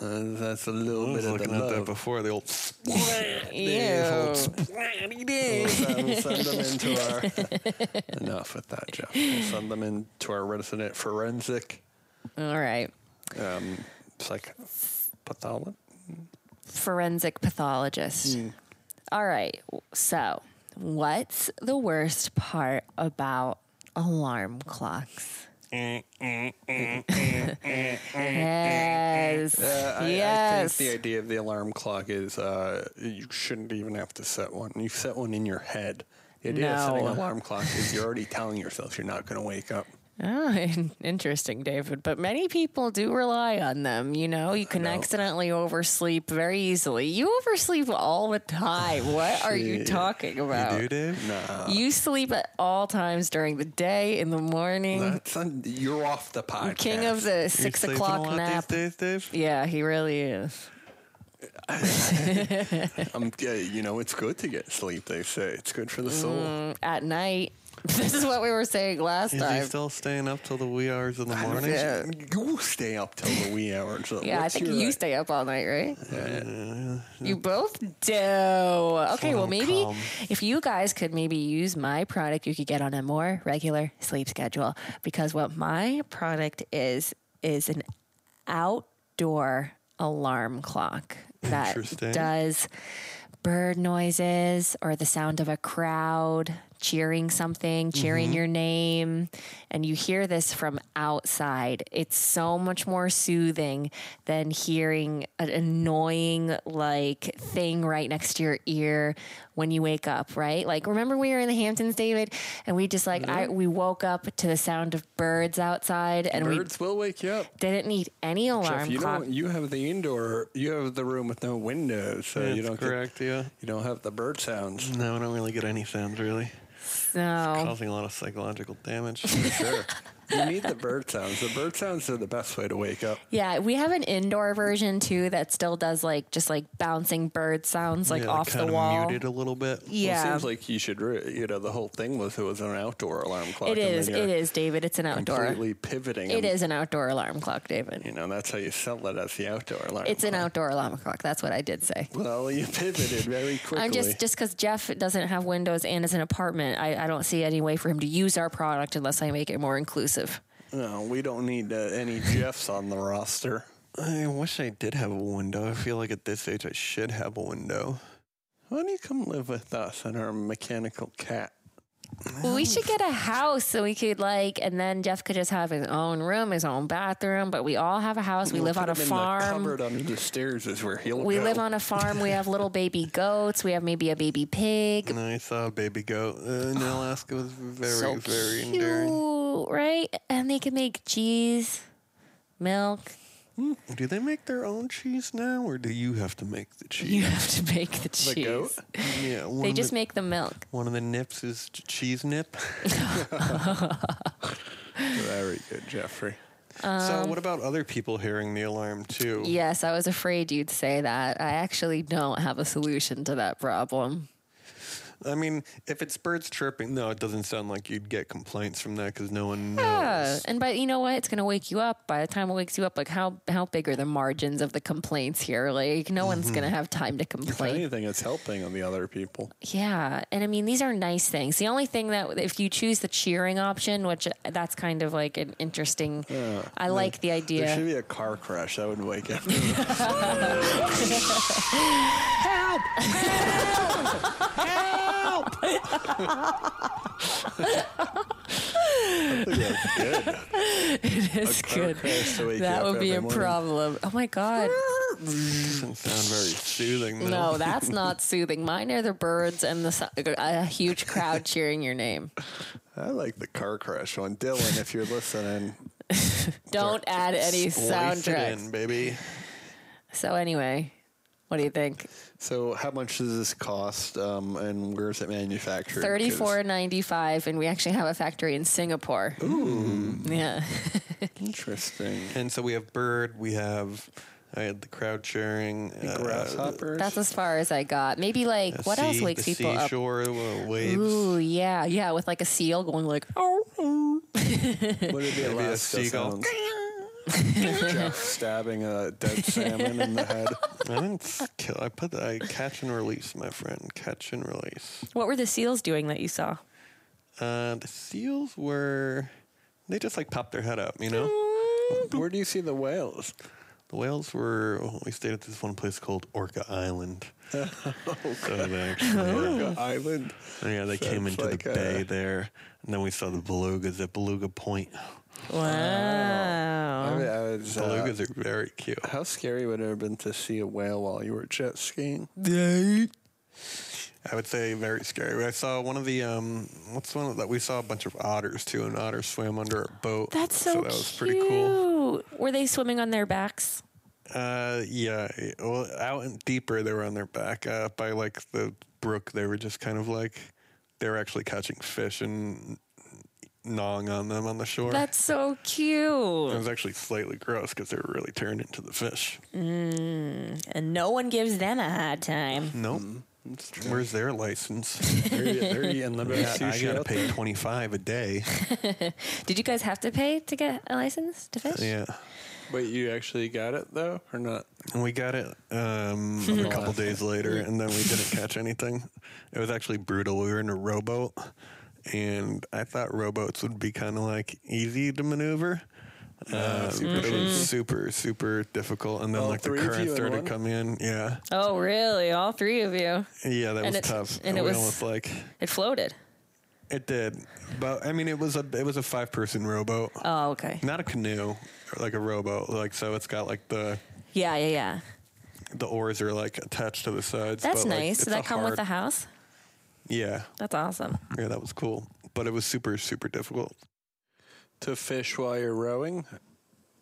C: Uh, that's a little
D: I
C: bit of
D: was
C: the
D: looking at that
C: love.
D: before. The old
E: Ew.
C: We'll send, we'll send them into our. Enough with that, Jeff. We'll send them into our resident forensic
E: All right.
C: um, psych pathologist.
E: Forensic pathologist.
C: Hmm.
E: All right. So, what's the worst part about alarm clocks? yes.
C: Uh, I
E: yes.
C: think the idea of the alarm clock is uh, you shouldn't even have to set one. You set one in your head. The idea of setting
E: No.
C: an alarm clock is you're already telling yourself you're not going to wake up.
E: Oh, interesting, David. But many people do rely on them. You know, you can accidentally oversleep very easily. You oversleep all the time. What are you talking about?
D: dude, Dave? Nah.
E: You sleep at all times during the day, in the morning.
C: That's un- you're off the podcast.
E: Mm. King of the six
D: You're sleeping a
E: o'clock
D: lot
E: nap.
D: These days, Dave?
E: Yeah, he really is.
C: I'm, uh, you know, it's good to get sleep. They say it's good for the soul.
E: Mm, At night. This is what we were saying last
D: Is he
E: time.
D: still staying up till the wee hours in the morning?
C: Yeah, you stay up till the wee hours. So
E: yeah, I
C: what's
E: think
C: your,
E: you
C: uh,
E: stay up all night, right?
D: Uh,
E: You both do. Okay,
D: what
E: well,
D: I'm
E: maybe
D: calm.
E: if you guys could maybe use my product, you could get on a more regular sleep schedule because what my product is is an outdoor alarm clock that
D: Interesting.
E: does bird noises or the sound of a crowd cheering something, cheering
C: Mm-hmm.
E: your name. And you hear this from outside. It's so much more soothing than hearing an annoying like thing right next to your ear when you wake up, right? Like remember we were in the Hamptons, David, and we just like
C: Mm-hmm.
E: I we woke up to the sound of birds outside and
C: Birds will wake you up.
E: we didn't need any alarm
C: Jeff, you
E: clock.
C: don't. You have the indoor. You have the room with no windows, so you
D: that's
C: don't.
D: correct, yeah.
C: Get, you don't have the bird sounds.
D: No, I don't really get any sounds really.
E: no.
D: Causing a lot of psychological damage.
C: Sure, you need the bird sounds. The bird sounds are the best way to wake up.
E: Yeah, we have an indoor version too that still does like just like bouncing bird sounds like
D: Yeah,
E: off the
D: kinda
E: wall.
D: Muted a little bit.
C: Well,
E: yeah.
C: it seems like you should. Re- you know, the whole thing was it was an outdoor alarm clock.
E: it
C: and then
E: is.
C: you're
E: It is, David. It's an outdoor.
C: Completely pivoting.
E: It
C: and,
E: is an outdoor alarm clock, David.
C: You know, that's how you sell it as the outdoor alarm.
E: It's an
C: clock.
E: outdoor alarm clock. That's what I did say.
C: Well, you pivoted very quickly.
E: I'm just just because Jeff doesn't have windows and is an apartment. I, I don't see any way for him to use our product unless I make it more inclusive.
C: No, we don't need uh, any Jeffs on the roster.
D: I wish I did have a window. I feel like at this age I should have a window.
C: Why don't you come live with us and our mechanical cat?
E: Well, we should get a house so we could like, and then Jeff could just have his own room, his own bathroom. But we all have a house. We
C: We'll
E: live
C: put
E: on a
C: him in
E: farm.
C: The cupboard under the stairs is where he'll
E: We
C: go.
E: live on a farm. We have little baby goats. We have maybe a baby pig.
D: And I saw a baby goat uh, in Alaska. It was very,
E: so
D: very
E: cute,
D: endearing.
E: right? And they can make cheese, milk.
D: Do they make their own cheese now, or do you have to make the cheese?
E: You have to make the cheese.
C: goat?
D: Yeah, one
E: They
D: of
E: just
D: the,
E: make the milk.
D: one of the nips is ch- cheese nip.
C: Very good, Jeffrey.
E: Um.
D: so, what about other people hearing the alarm too?
E: Yes, I was afraid you'd say that. I actually don't have a solution to that problem.
D: I mean, if it's birds chirping, no, it doesn't sound like you'd get complaints from that because no one knows.
E: Yeah, and by you know what, it's gonna wake you up. By the time it wakes you up, like how how big are the margins of the complaints here? Like no one's gonna
D: Mm-hmm.
E: have time to
C: If
E: complain.
C: anything, it's helping on the other people.
E: Yeah, and I mean these are nice things. The only thing that if you choose the cheering option, which uh, that's kind of like an interesting. I like the idea.
C: There should be a car crash. That would wake up.
E: it's
C: car
E: good.
C: crash to wake you
E: That
C: up
E: would be
C: every
E: a
C: morning.
E: problem. Oh my god.
D: Doesn't sound very soothing. Though.
E: No, that's not soothing. Mine are the birds and the su- a huge crowd cheering your name.
C: I like the car crash one. Dylan, if you're listening,
E: Don't add any
D: Splice it
E: soundtracks.
D: in, baby.
E: So anyway, what do you think?
C: so how much does this cost um, and where's it manufactured? 'Cause-
E: Thirty-four ninety-five, and we actually have a factory in Singapore. Ooh, yeah.
C: Interesting.
D: And so we have bird. We have I had the crowd cheering. uh,
C: Grasshoppers.
E: That's as far as I got. Maybe like
D: the
E: what else
D: sea-
E: wakes
D: the
E: people up?
D: seashore, uh, waves.
E: Ooh, yeah, yeah, with like a seal going like, oh, oh.
C: What are the
D: Maybe a
C: Alaska
D: seagull.
C: sounds? Jeff stabbing a dead salmon in the head.
D: I didn't s- kill. I put. I catch and release, my friend. Catch and release.
E: what were the seals doing that you saw?
D: Uh, the seals were. They just like popped their head up, you know.
C: Where do you see the whales?
D: The whales were. oh, we stayed at this one place called Orca Island. So they
E: Oh.
D: actually- uh,
C: Orca Island.
D: yeah, they came
C: Sounds
D: into
C: like,
D: the
C: uh,
D: bay there, and then we saw the belugas at Beluga Point.
E: Oh, Wow.
C: I mean, I was, uh,
D: Belugas are very cute.
C: how scary would it have been to see a whale while you were jet skiing?
D: I would say very scary. I saw one of the um, what's the one that we saw a bunch of otters too. An otter swam under our boat.
E: That's so,
D: that was pretty cool.
E: cute. Were they swimming on their backs?
D: Uh, yeah. Well, out and deeper, they were on their back. Uh, by like the brook, they were just kind of like they were actually catching fish and gnawing on them on the shore.
E: That's so
D: it
E: cute.
D: was actually slightly gross because they were really turned into the fish.
E: And no one gives them a hard time.
D: Nope.
C: Mm-hmm.
D: Where's their license?
C: They're, they're eating limited
D: I, I
C: sushi
D: gotta
C: out
D: pay twenty five a day.
E: Did you guys have to pay to get a license to fish?
D: yeah.
C: Wait, you actually got it though, or not?
D: And we got it um, a couple days later, and then we didn't catch anything. It was actually brutal. We were in a rowboat, and I thought rowboats would be kind of like easy to maneuver. Uh, but it was super, super difficult. And then,
C: Mm-hmm. All
D: like, the
C: three of you
D: current
C: in
D: started
C: one?
D: coming in. Yeah.
E: Oh, really? All three of you?
D: Yeah, that
E: And
D: was
E: it-
D: tough.
E: and it
D: we
E: was-
D: almost like
E: It floated.
D: it did. But I mean, it was a it was a five person rowboat,
E: Oh, okay.
D: not a canoe, or like a rowboat. Like, so it's got like the
E: Yeah, yeah, yeah.
D: the oars are like attached to the sides.
E: That's
D: but, like,
E: nice. Did
D: it's a
E: that come with
D: hard-
E: the house?
D: Yeah,
E: That's awesome.
D: Yeah, that was cool, but it was super super difficult.
C: To fish while you're rowing,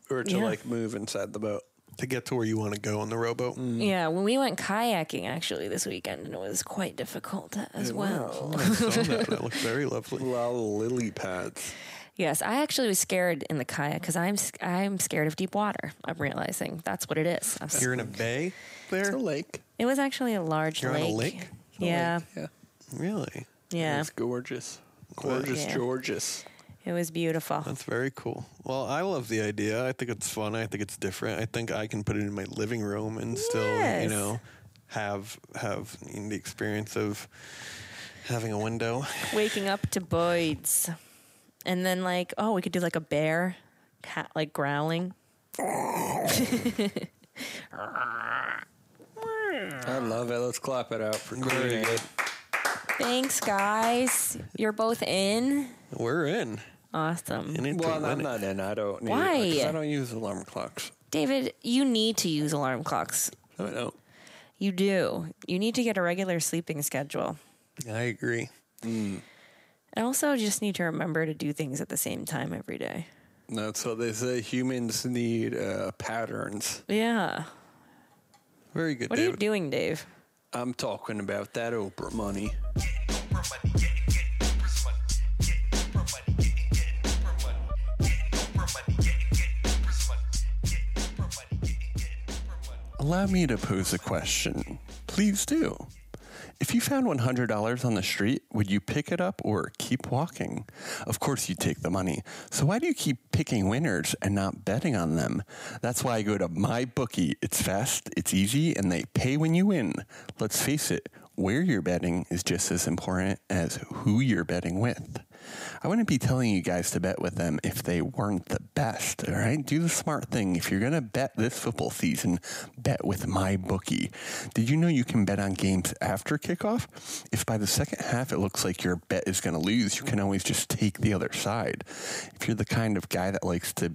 C: or to
E: Yeah.
C: like move inside the boat?
D: To get to where you want to go on the rowboat,
E: Yeah, when we went kayaking actually this weekend, and it was quite difficult uh, as well.
D: I saw that. That looked very lovely.
C: Well, lily pads.
E: Yes, I actually was scared in the kayak because I'm s- I'm scared of deep water. I'm realizing that's what it is. I'm s-
D: You're in a bay
C: It's
D: there,
C: a lake.
E: It was actually a large
D: You're on
E: lake.
D: a lake?
E: Yeah,
C: Yeah.
D: really?
E: yeah.
C: It's gorgeous. Gorgeous,
E: Yeah.
C: gorgeous.
E: It was beautiful.
D: That's very cool. Well, I love the idea. I think it's fun. I think it's different. I think I can put it in my living room and still,
E: Yes.
D: you know, have have the experience of having a window.
E: Waking up to birds, and then like, oh, we could do like a bear, cat like growling.
C: I love it. Let's clap it out for Very
D: good.
E: Thanks, guys. You're both in.
D: We're in.
E: Awesome.
D: You need to
C: Well,
D: win
C: I'm
D: it.
C: not in. I don't need
E: Why?
C: it, 'cause I don't use alarm clocks.
E: David, you need to use alarm clocks.
C: No, I don't.
E: You do. You need to get a regular sleeping schedule.
D: I agree.
E: And also just need to remember to do things at the same time every day.
C: That's what they say. Humans need uh, patterns.
E: Yeah.
D: Very good.
E: What are you
D: David.
E: doing, Dave?
C: I'm talking about that Oprah money. Allow me to pose a question. Please do. If you found $100 on the street, would you pick it up or keep walking? Of course, you take the money. So why do you keep picking winners and not betting on them? That's why I go to my bookie. It's fast, it's easy, and they pay when you win. Let's face it, where you're betting is just as important as who you're betting with. I wouldn't be telling you guys to bet with them if they weren't the best, all right? Do the smart thing. If you're going to bet this football season, bet with my bookie. Did you know you can bet on games after kickoff? If by the second half it looks like your bet is going to lose, you can always just take the other side. If you're the kind of guy that likes to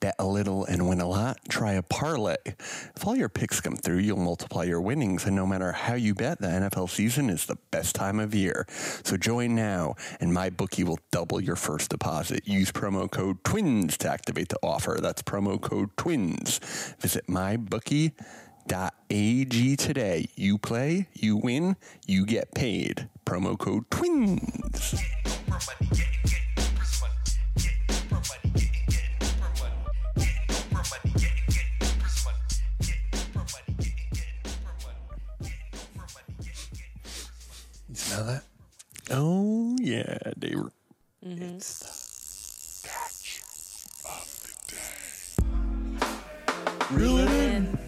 C: Bet a little and win a lot. Try a parlay. If all your picks come through, you'll multiply your winnings. And no matter how you bet, the NFL season is the best time of year. So join now, and my bookie will double your first deposit. Use promo code TWINS to activate the offer. That's promo code TWINS. Visit mybookie.ag today. You play, you win, you get paid. Promo code TWINS. You smell that? Oh, yeah, they were. Mm-hmm. It's the catch of the day. Reel it in.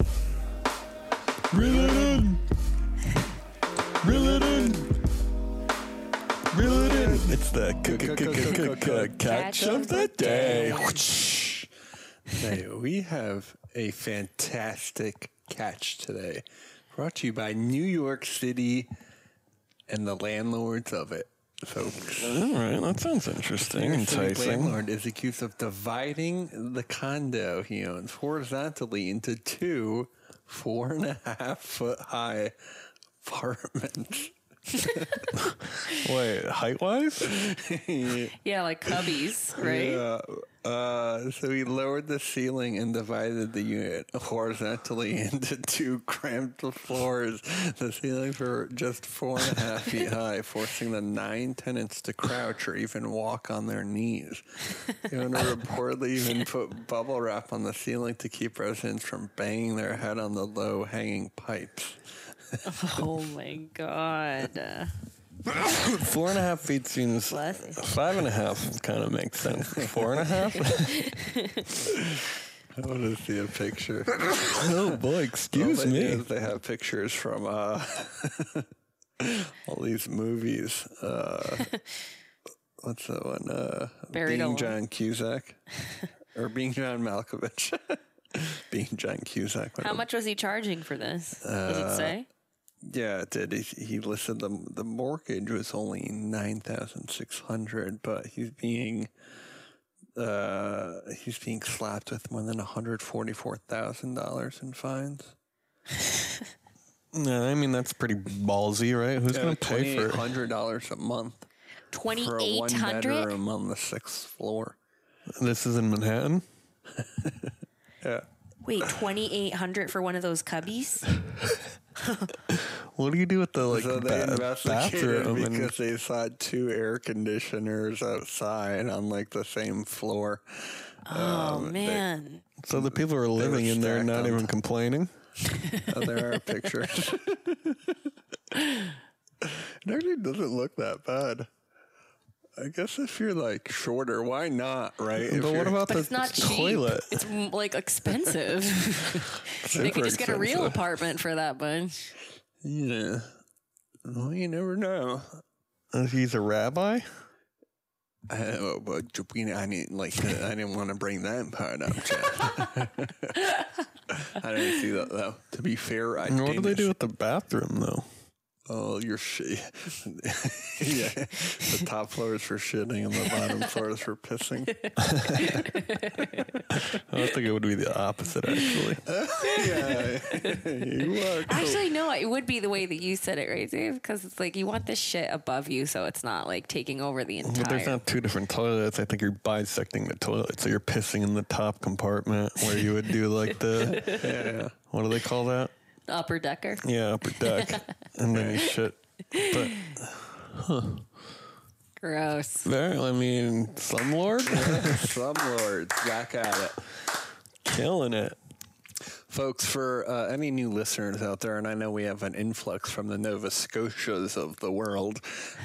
C: Reel it in. Reel it in. Reel it in. It's the c- c- c- c- c- catch of the day. Hey, we have a fantastic catch today. Brought to you by New York City and the landlords of it, folks.
D: All right, that sounds interesting,
C: City
D: enticing.
C: landlord is accused of dividing the condo he owns horizontally into two four and a half foot high apartments.
D: Wait, height wise?
E: Yeah, like cubbies, right?
C: Yeah. Uh, so he lowered the ceiling and divided the unit horizontally into two cramped floors. The ceilings were just four and a half feet high, forcing the nine tenants to crouch or even walk on their knees. The owner reportedly even put bubble wrap on the ceiling to keep residents from banging their head on the low hanging pipes.
E: Oh my god.
D: Four and a half feet seems.
E: Bless you.
D: Five and a half kind of makes sense. Four and a half?
C: I want to see a picture.
D: oh boy,
C: All
D: excuse
C: they do
D: me.
C: is They have pictures from uh, all these movies. Uh, what's that one? Uh,
E: Buried
C: Being
E: Alive.
C: John Cusack or Being John Malkovich. Being John Cusack.
E: How
C: whatever.
E: much was he charging for this? Does
C: Uh,
E: it say?
C: Yeah, it did. He, he listed the the mortgage was only nine thousand six hundred, but he's being uh he's being slapped with more than one hundred forty four thousand dollars in fines.
D: Yeah, I mean, that's pretty ballsy, right? Who's going to pay for it?
C: hundred dollars a month?
E: Twenty
C: for a
E: eight
C: one
E: hundred.
C: bedroom on the sixth floor.
D: This is in Manhattan?
E: Wait, twenty eight hundred for one of those cubbies?
C: Uh,
D: What do you do with the like
C: so they
D: ba-
C: investigated
D: bathroom? And,
C: because they saw two air conditioners outside on like the same floor.
E: Oh man.
D: so the people who are living in there,
C: stacked
D: not
C: on
D: even complaining.
C: Oh, there are pictures. it actually doesn't look that bad. I guess if you're like shorter, why not, right? If
D: but what
C: you're-
D: about the
E: It's not cheap.
D: toilet?
E: It's mm, like expensive. they could just get a real apartment for that bunch.
C: Yeah. Well, you never know.
D: Uh, He's a rabbi.
C: I, oh, but Jupina, I didn't like. that. I didn't want to bring that part up. Jeff. I didn't see that though. To be fair, I.
D: And what do
C: didn't.
D: they do with the bathroom though?
C: Oh, you're shit. yeah, the top floor is for shitting, and the bottom floor is for pissing.
D: I would think it would be the opposite actually.
C: yeah, you are. Cool.
E: Actually, no, it would be the way that you said it, right, Dave? Because it's like you want this shit above you, so it's not like taking over the entire.
D: But there's not two different toilets. I think you're bisecting the toilet, so you're pissing in the top compartment where you would do like the what do they call that?
E: upper decker.
D: Yeah, upper deck, and then you shit. But
E: Gross.
D: there, I mean, slumlord
C: slumlords back at it.
D: killing it.
C: Folks, for uh, any new listeners out there, and I know we have an influx from the Nova Scotias of the world,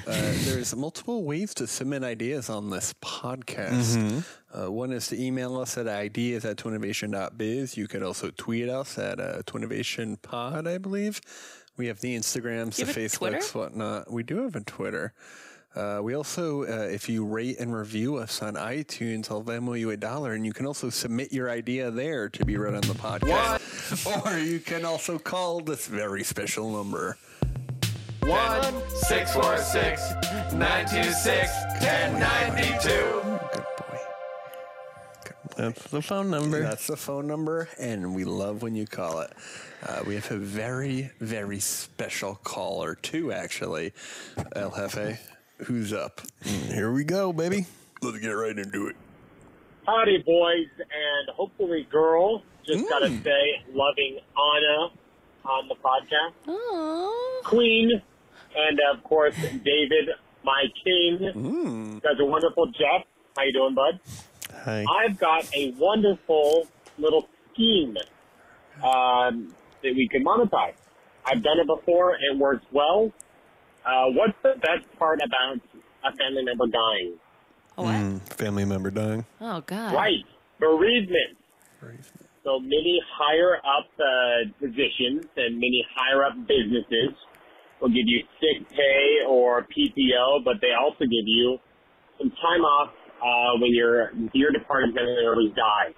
C: uh, there's multiple ways to submit ideas on this podcast.
E: Mm-hmm.
C: Uh, one is to email us at ideas at twinnovation.biz. You could also tweet us at uh, twinnovationpod, I believe. We have the Instagrams,
E: You
C: the
E: have a Twitter?
C: Facebooks, whatnot. We do have a Twitter. Uh, we also, uh, if you rate and review us on iTunes, I'll Venmo you a dollar, and you can also submit your idea there to be read on the podcast. or you can also call this very special number.
F: One six four six nine two six ten ninety two.
C: Good boy.
D: That's the phone number.
C: That's the phone number, and we love when you call it. Uh, we have a very, very special caller too, actually. El Jefe, who's up?
D: Mm, Here we go, baby.
C: Let's get right into it.
G: Howdy, boys, and hopefully, girls. Just gotta say, loving Anna on the podcast,
E: Aww.
G: Queen, and of course, David, my king. You guys are wonderful. Jeff, how you doing, bud?
D: Hi.
G: I've got a wonderful little scheme um, that we can monetize. I've done it before; it works well. Uh, what's the best part about a family member dying?
E: What?
D: Hmm. Family member dying.
E: Oh God.
G: Right, bereavement. So many higher up uh, positions and many higher up businesses will give you sick pay or PTO, but they also give you some time off uh, when your dear departed family members die.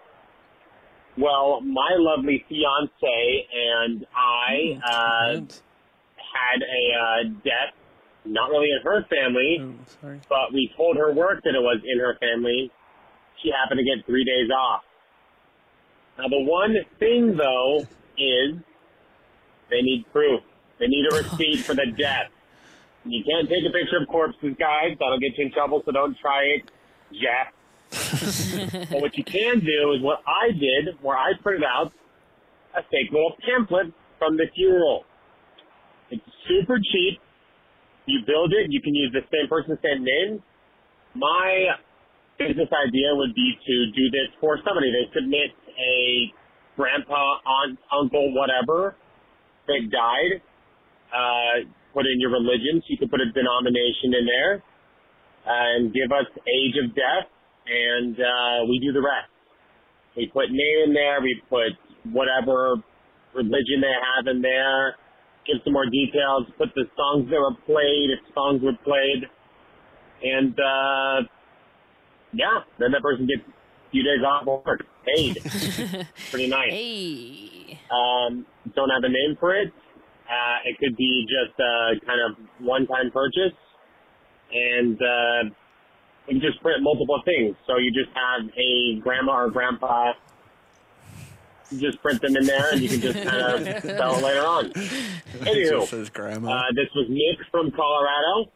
G: Well, my lovely fiance and I uh, had a uh, death, not really in her family,
C: sorry.
G: but we told her work that it was in her family. She happened to get three days off. Now the one thing though is they need proof. They need a receipt for the death. You can't take a picture of corpses, guys. That'll get you in trouble, so don't try it, Jeff. but what you can do is what I did, where I printed out a fake little pamphlet from the funeral. It's super cheap. You build it, you can use the same person's same name. My business idea would be to do this for somebody. They submit a grandpa, aunt, uncle, whatever that died. Uh, put in your religion, so you could put a denomination in there, and give us age of death, and uh, we do the rest. We put name in there, we put whatever religion they have in there, give some more details, put the songs that were played, if songs were played, and uh, yeah, then that person gets a few days off work, paid. Pretty nice.
E: Hey.
G: Um, don't have a name for it. Uh, it could be just a kind of one-time purchase, and uh, you can just print multiple things. So you just have a grandma or grandpa. You just print them in there, and you can just kind of sell it later on. Anywho,
C: Just says grandma.
G: uh, this was Nick from Colorado.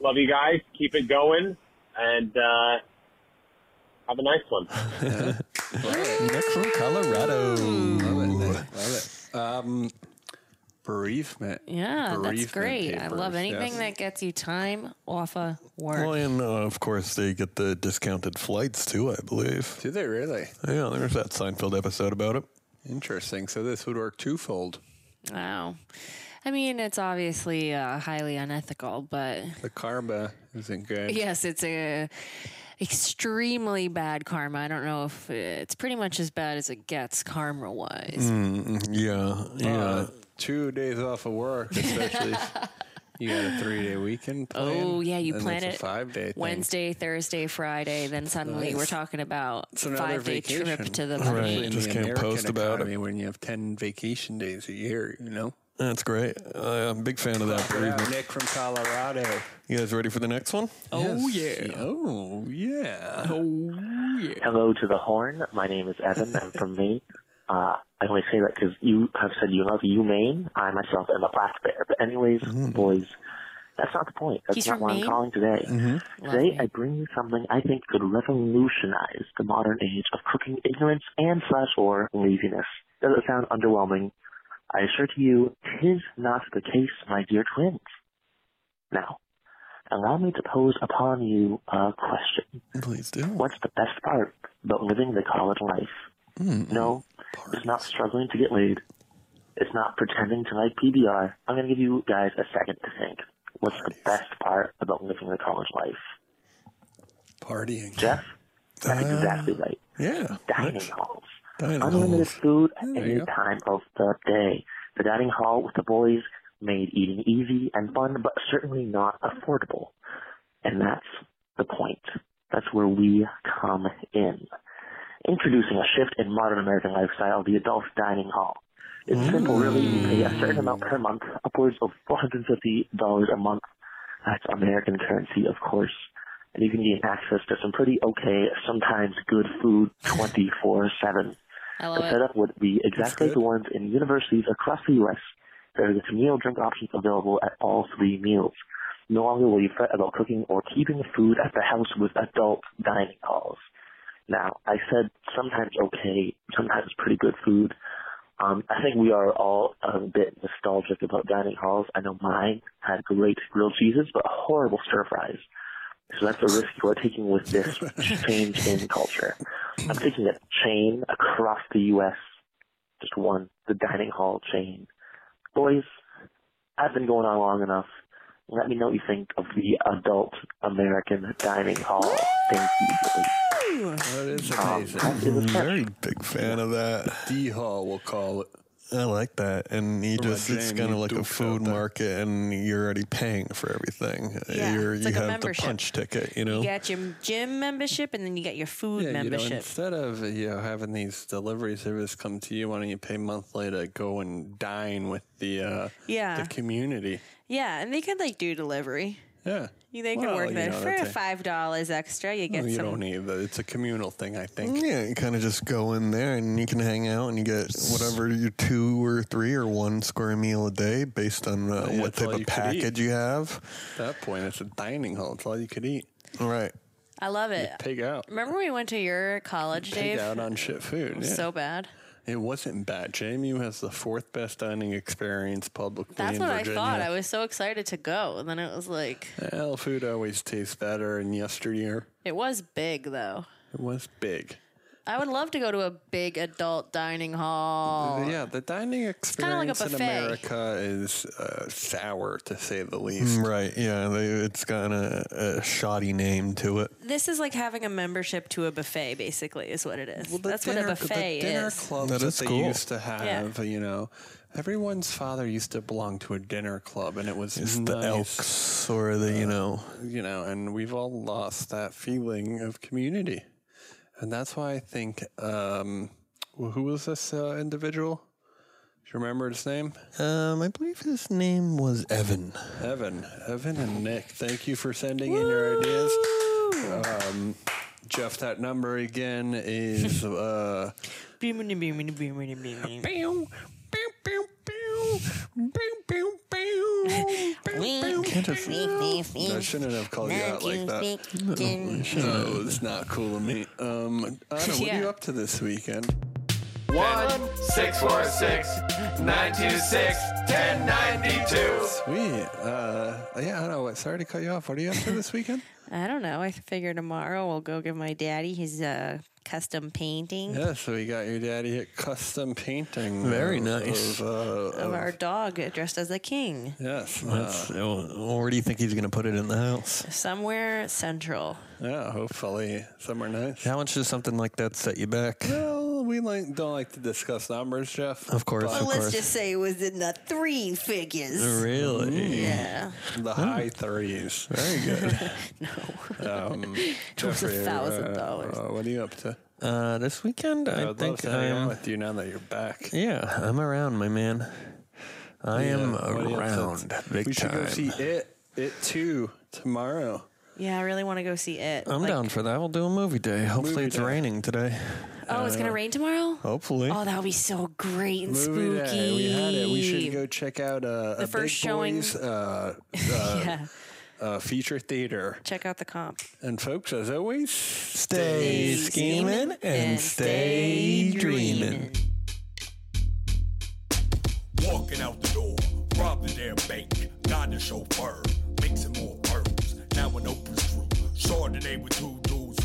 G: Love you guys. Keep it going, and uh, have a nice one.
C: Uh,
D: Nick from Colorado.
C: Love it. Um, bereavement.
E: Yeah, that's
C: Bereavement
E: great. I love
C: papers,
E: anything
C: yes.
E: that gets you time off of work.
D: Well, and uh, of course they get the discounted flights too. I believe.
C: Do they really?
D: Yeah, there's that Seinfeld episode about it.
C: Interesting. So this would work twofold.
E: Wow. I mean, it's obviously uh, highly unethical, but
C: The karma isn't good.
E: yes, it's a extremely bad karma. I don't know if it's pretty much as bad as it gets karma wise.
D: Yeah, yeah.
C: Uh, two days off of work, especially. if you got a three day weekend plan.
E: Oh yeah, you
C: and
E: plan
C: it's
E: it
C: a five day
E: Wednesday, Thursday, Friday, then suddenly
C: Nice.
E: we're talking about
C: It's another
E: five day
C: vacation.
E: trip to the
D: Right.
E: Bahamas.
D: Just can't post about it.
C: when you have ten vacation days a year. You know.
D: That's great. Uh, I'm a big fan of that. bereavement.
C: Nick from Colorado.
D: You guys ready for the next one?
C: Oh yeah. Oh yeah. Oh yeah.
H: Hello to the horn. My name is Evan. I'm from Maine. Uh, I only say that because you have said you love you Maine. I myself am a black bear. But anyways, boys, that's not the point. That's
E: He's
H: not
E: from
H: why
E: Maine?
H: I'm calling today.
E: Lovely.
H: Today I bring you something I think could revolutionize the modern age of cooking ignorance and slash or laziness. Does it sound underwhelming? I assure to you, tis not the case, my dear twins. Now, allow me to pose upon you a question
D: Please do.
H: what's the best part about living the college life? No, is not struggling to get laid. It's not pretending to like PBR. I'm going to give you guys a second to think. What's the best part about living the college life?
C: Partying.
H: Jeff? That's exactly right.
D: Yeah.
H: Dining
D: nice.
H: halls.
D: Dining
H: Unlimited
D: halls.
H: food at
D: There you
H: any
D: go.
H: time of the day. The dining hall with the boys made eating easy and fun, but certainly not affordable. And that's the point. That's where we come in. Introducing a shift in modern American lifestyle, the adult dining hall. It's simple, really. You pay a certain amount per month, upwards of $450 a month. That's American currency, of course. And you can gain access to some pretty okay, sometimes good food 24 7.
E: I
H: The
E: love it.
H: setup would be exactly the ones in universities across the U.S. There is meal drink options available at all three meals. No longer will you fret about cooking or keeping food at the house with adult dining halls. Now, I said sometimes okay, sometimes pretty good food. Um, I think we are all a bit nostalgic about dining halls. I know mine had great grilled cheeses, but horrible stir fries. So that's a risk you are taking with this change in culture. I'm taking a chain across the U.S., just one, the dining hall chain. Boys, I've been going on long enough. Let me know what you think of the adult American dining hall. Thank you.
C: That is
H: Um,
C: amazing.
H: that is a
D: Very big fan of that.
C: D-Hall, we'll call it.
D: I like that. And you
C: What about
D: just, it's
C: Jamie
D: kind of like a
C: Dukes out
D: food
C: there?
D: market and you're already paying for everything. Uh,
I: Yeah,
D: you're,
I: it's
D: you
I: like a
D: have the
I: membership.
D: punch ticket, you know?
I: You got your gym membership, and then you got your food
C: Yeah, You know,
I: membership.
C: instead of you know, having these delivery service come to you, why don't you pay monthly to go and dine with the uh,
I: Yeah.
C: the community?
I: yeah, and they could like do delivery.
C: Yeah,
I: You- They could
C: Well,
I: work
C: you
I: that
C: know,
I: for
C: that's a-
I: five dollars extra. You get
C: you
I: some.
C: don't need that. It's a communal thing, I think.
D: Yeah, you kind of just go in there and you can hang out and you get whatever your two or three or one square meal a day based on uh,
C: Yeah,
D: what
C: that's all you
D: type of
C: could
D: package you have.
C: At that point, it's a dining hall. It's all you could eat.
D: Right.
I: I love it.
C: Pig out.
I: Remember when we went to your college,
C: Pig
I: Dave?
C: out on shit food.
I: It was
C: yeah.
I: So bad.
C: it wasn't bad. JMU has the fourth best dining experience publicly
I: That's
C: in
I: what
C: Virginia.
I: I thought. I was so excited to go, and then it was like
C: Well, food always tastes better. And yesteryear,
I: it was big though.
C: it was big.
I: I would love to go to a big adult dining hall.
C: Yeah, the dining
I: kinda like a
C: experience in
I: buffet.
C: America is uh, sour, to say the least.
D: Mm, Right. Yeah. They, it's got a, a shoddy name to it.
I: This is like having a membership to a buffet, basically, is what it is.
C: Well, the
I: That's
C: dinner-
I: what a buffet
C: the dinner
I: is.
C: Clubs
D: That
C: that,
D: is
C: they
D: cool.
C: used to have, you know, everyone's father used to belong to a dinner club, and it was
D: It's the
C: nice,
D: Elks or the, you know,
C: Uh, you know, and we've all lost that feeling of community, and that's why I think, um, well, who was this uh, individual? Do you remember his name?
D: um, I believe his name was Evan.
C: Evan, Evan, and Nick, thank you for sending in your ideas. Um, Jeff, that number again is uh, I shouldn't have called you out like that. No, it's not cool of me. Um, Anna, what are you
I: Yeah.
C: up to this weekend?
F: 1 646 926 1092.
C: Sweet. Uh, yeah, Anna, what, sorry to cut you off. What are you up to this weekend?
I: I don't know. I figure tomorrow we'll go give my daddy his uh, custom painting
C: yeah, so we got your daddy a custom painting.
D: Very
C: of-
D: nice.
C: Of, uh,
I: of
C: of-
I: our dog dressed as a king
C: yes. uh,
D: That's, oh, where do you think he's going to put it in the house?
I: somewhere central.
C: yeah, hopefully somewhere nice.
D: How much does something like that set you back?
C: Well, we like, don't like to discuss numbers, Jeff.
D: Of course,
C: But
D: of
I: Let's
D: course.
I: just say it was in the three figures.
D: Really?
C: Mm.
I: Yeah.
C: The high threes. Very good. no. Um, Jeffrey,
I: $1,000.
C: Uh, what are you up to?
D: Uh, this weekend,
C: I
D: I,
C: would love
D: think
C: to hang out
D: I'm.
C: with you now that you're back.
D: Yeah, I'm around, my man. I am
C: Yeah, what are you up to?
D: around. Big
C: we should
D: time.
C: go see it. It too tomorrow.
I: Yeah, I really want to go see it.
D: I'm
I: Like-
D: down for that. We'll do a movie day. Hopefully,
C: Movie
D: it's
C: day.
D: raining today.
I: Oh, it's gonna rain tomorrow.
D: Hopefully.
I: Oh, that would be so great and
C: Movie
I: spooky.
C: day. We had it. We should go check out uh, a
I: first
C: Big
I: showing-
C: Boys, uh, uh,
I: Yeah.
C: uh, feature theater.
I: Check out the comp.
C: And folks, as always,
D: stay scheming and stay dreaming.
B: Walking out the door, robbed the damn bank, got the chauffeur, mixing more pearls. Now an open screw, Chardonnay with two dudes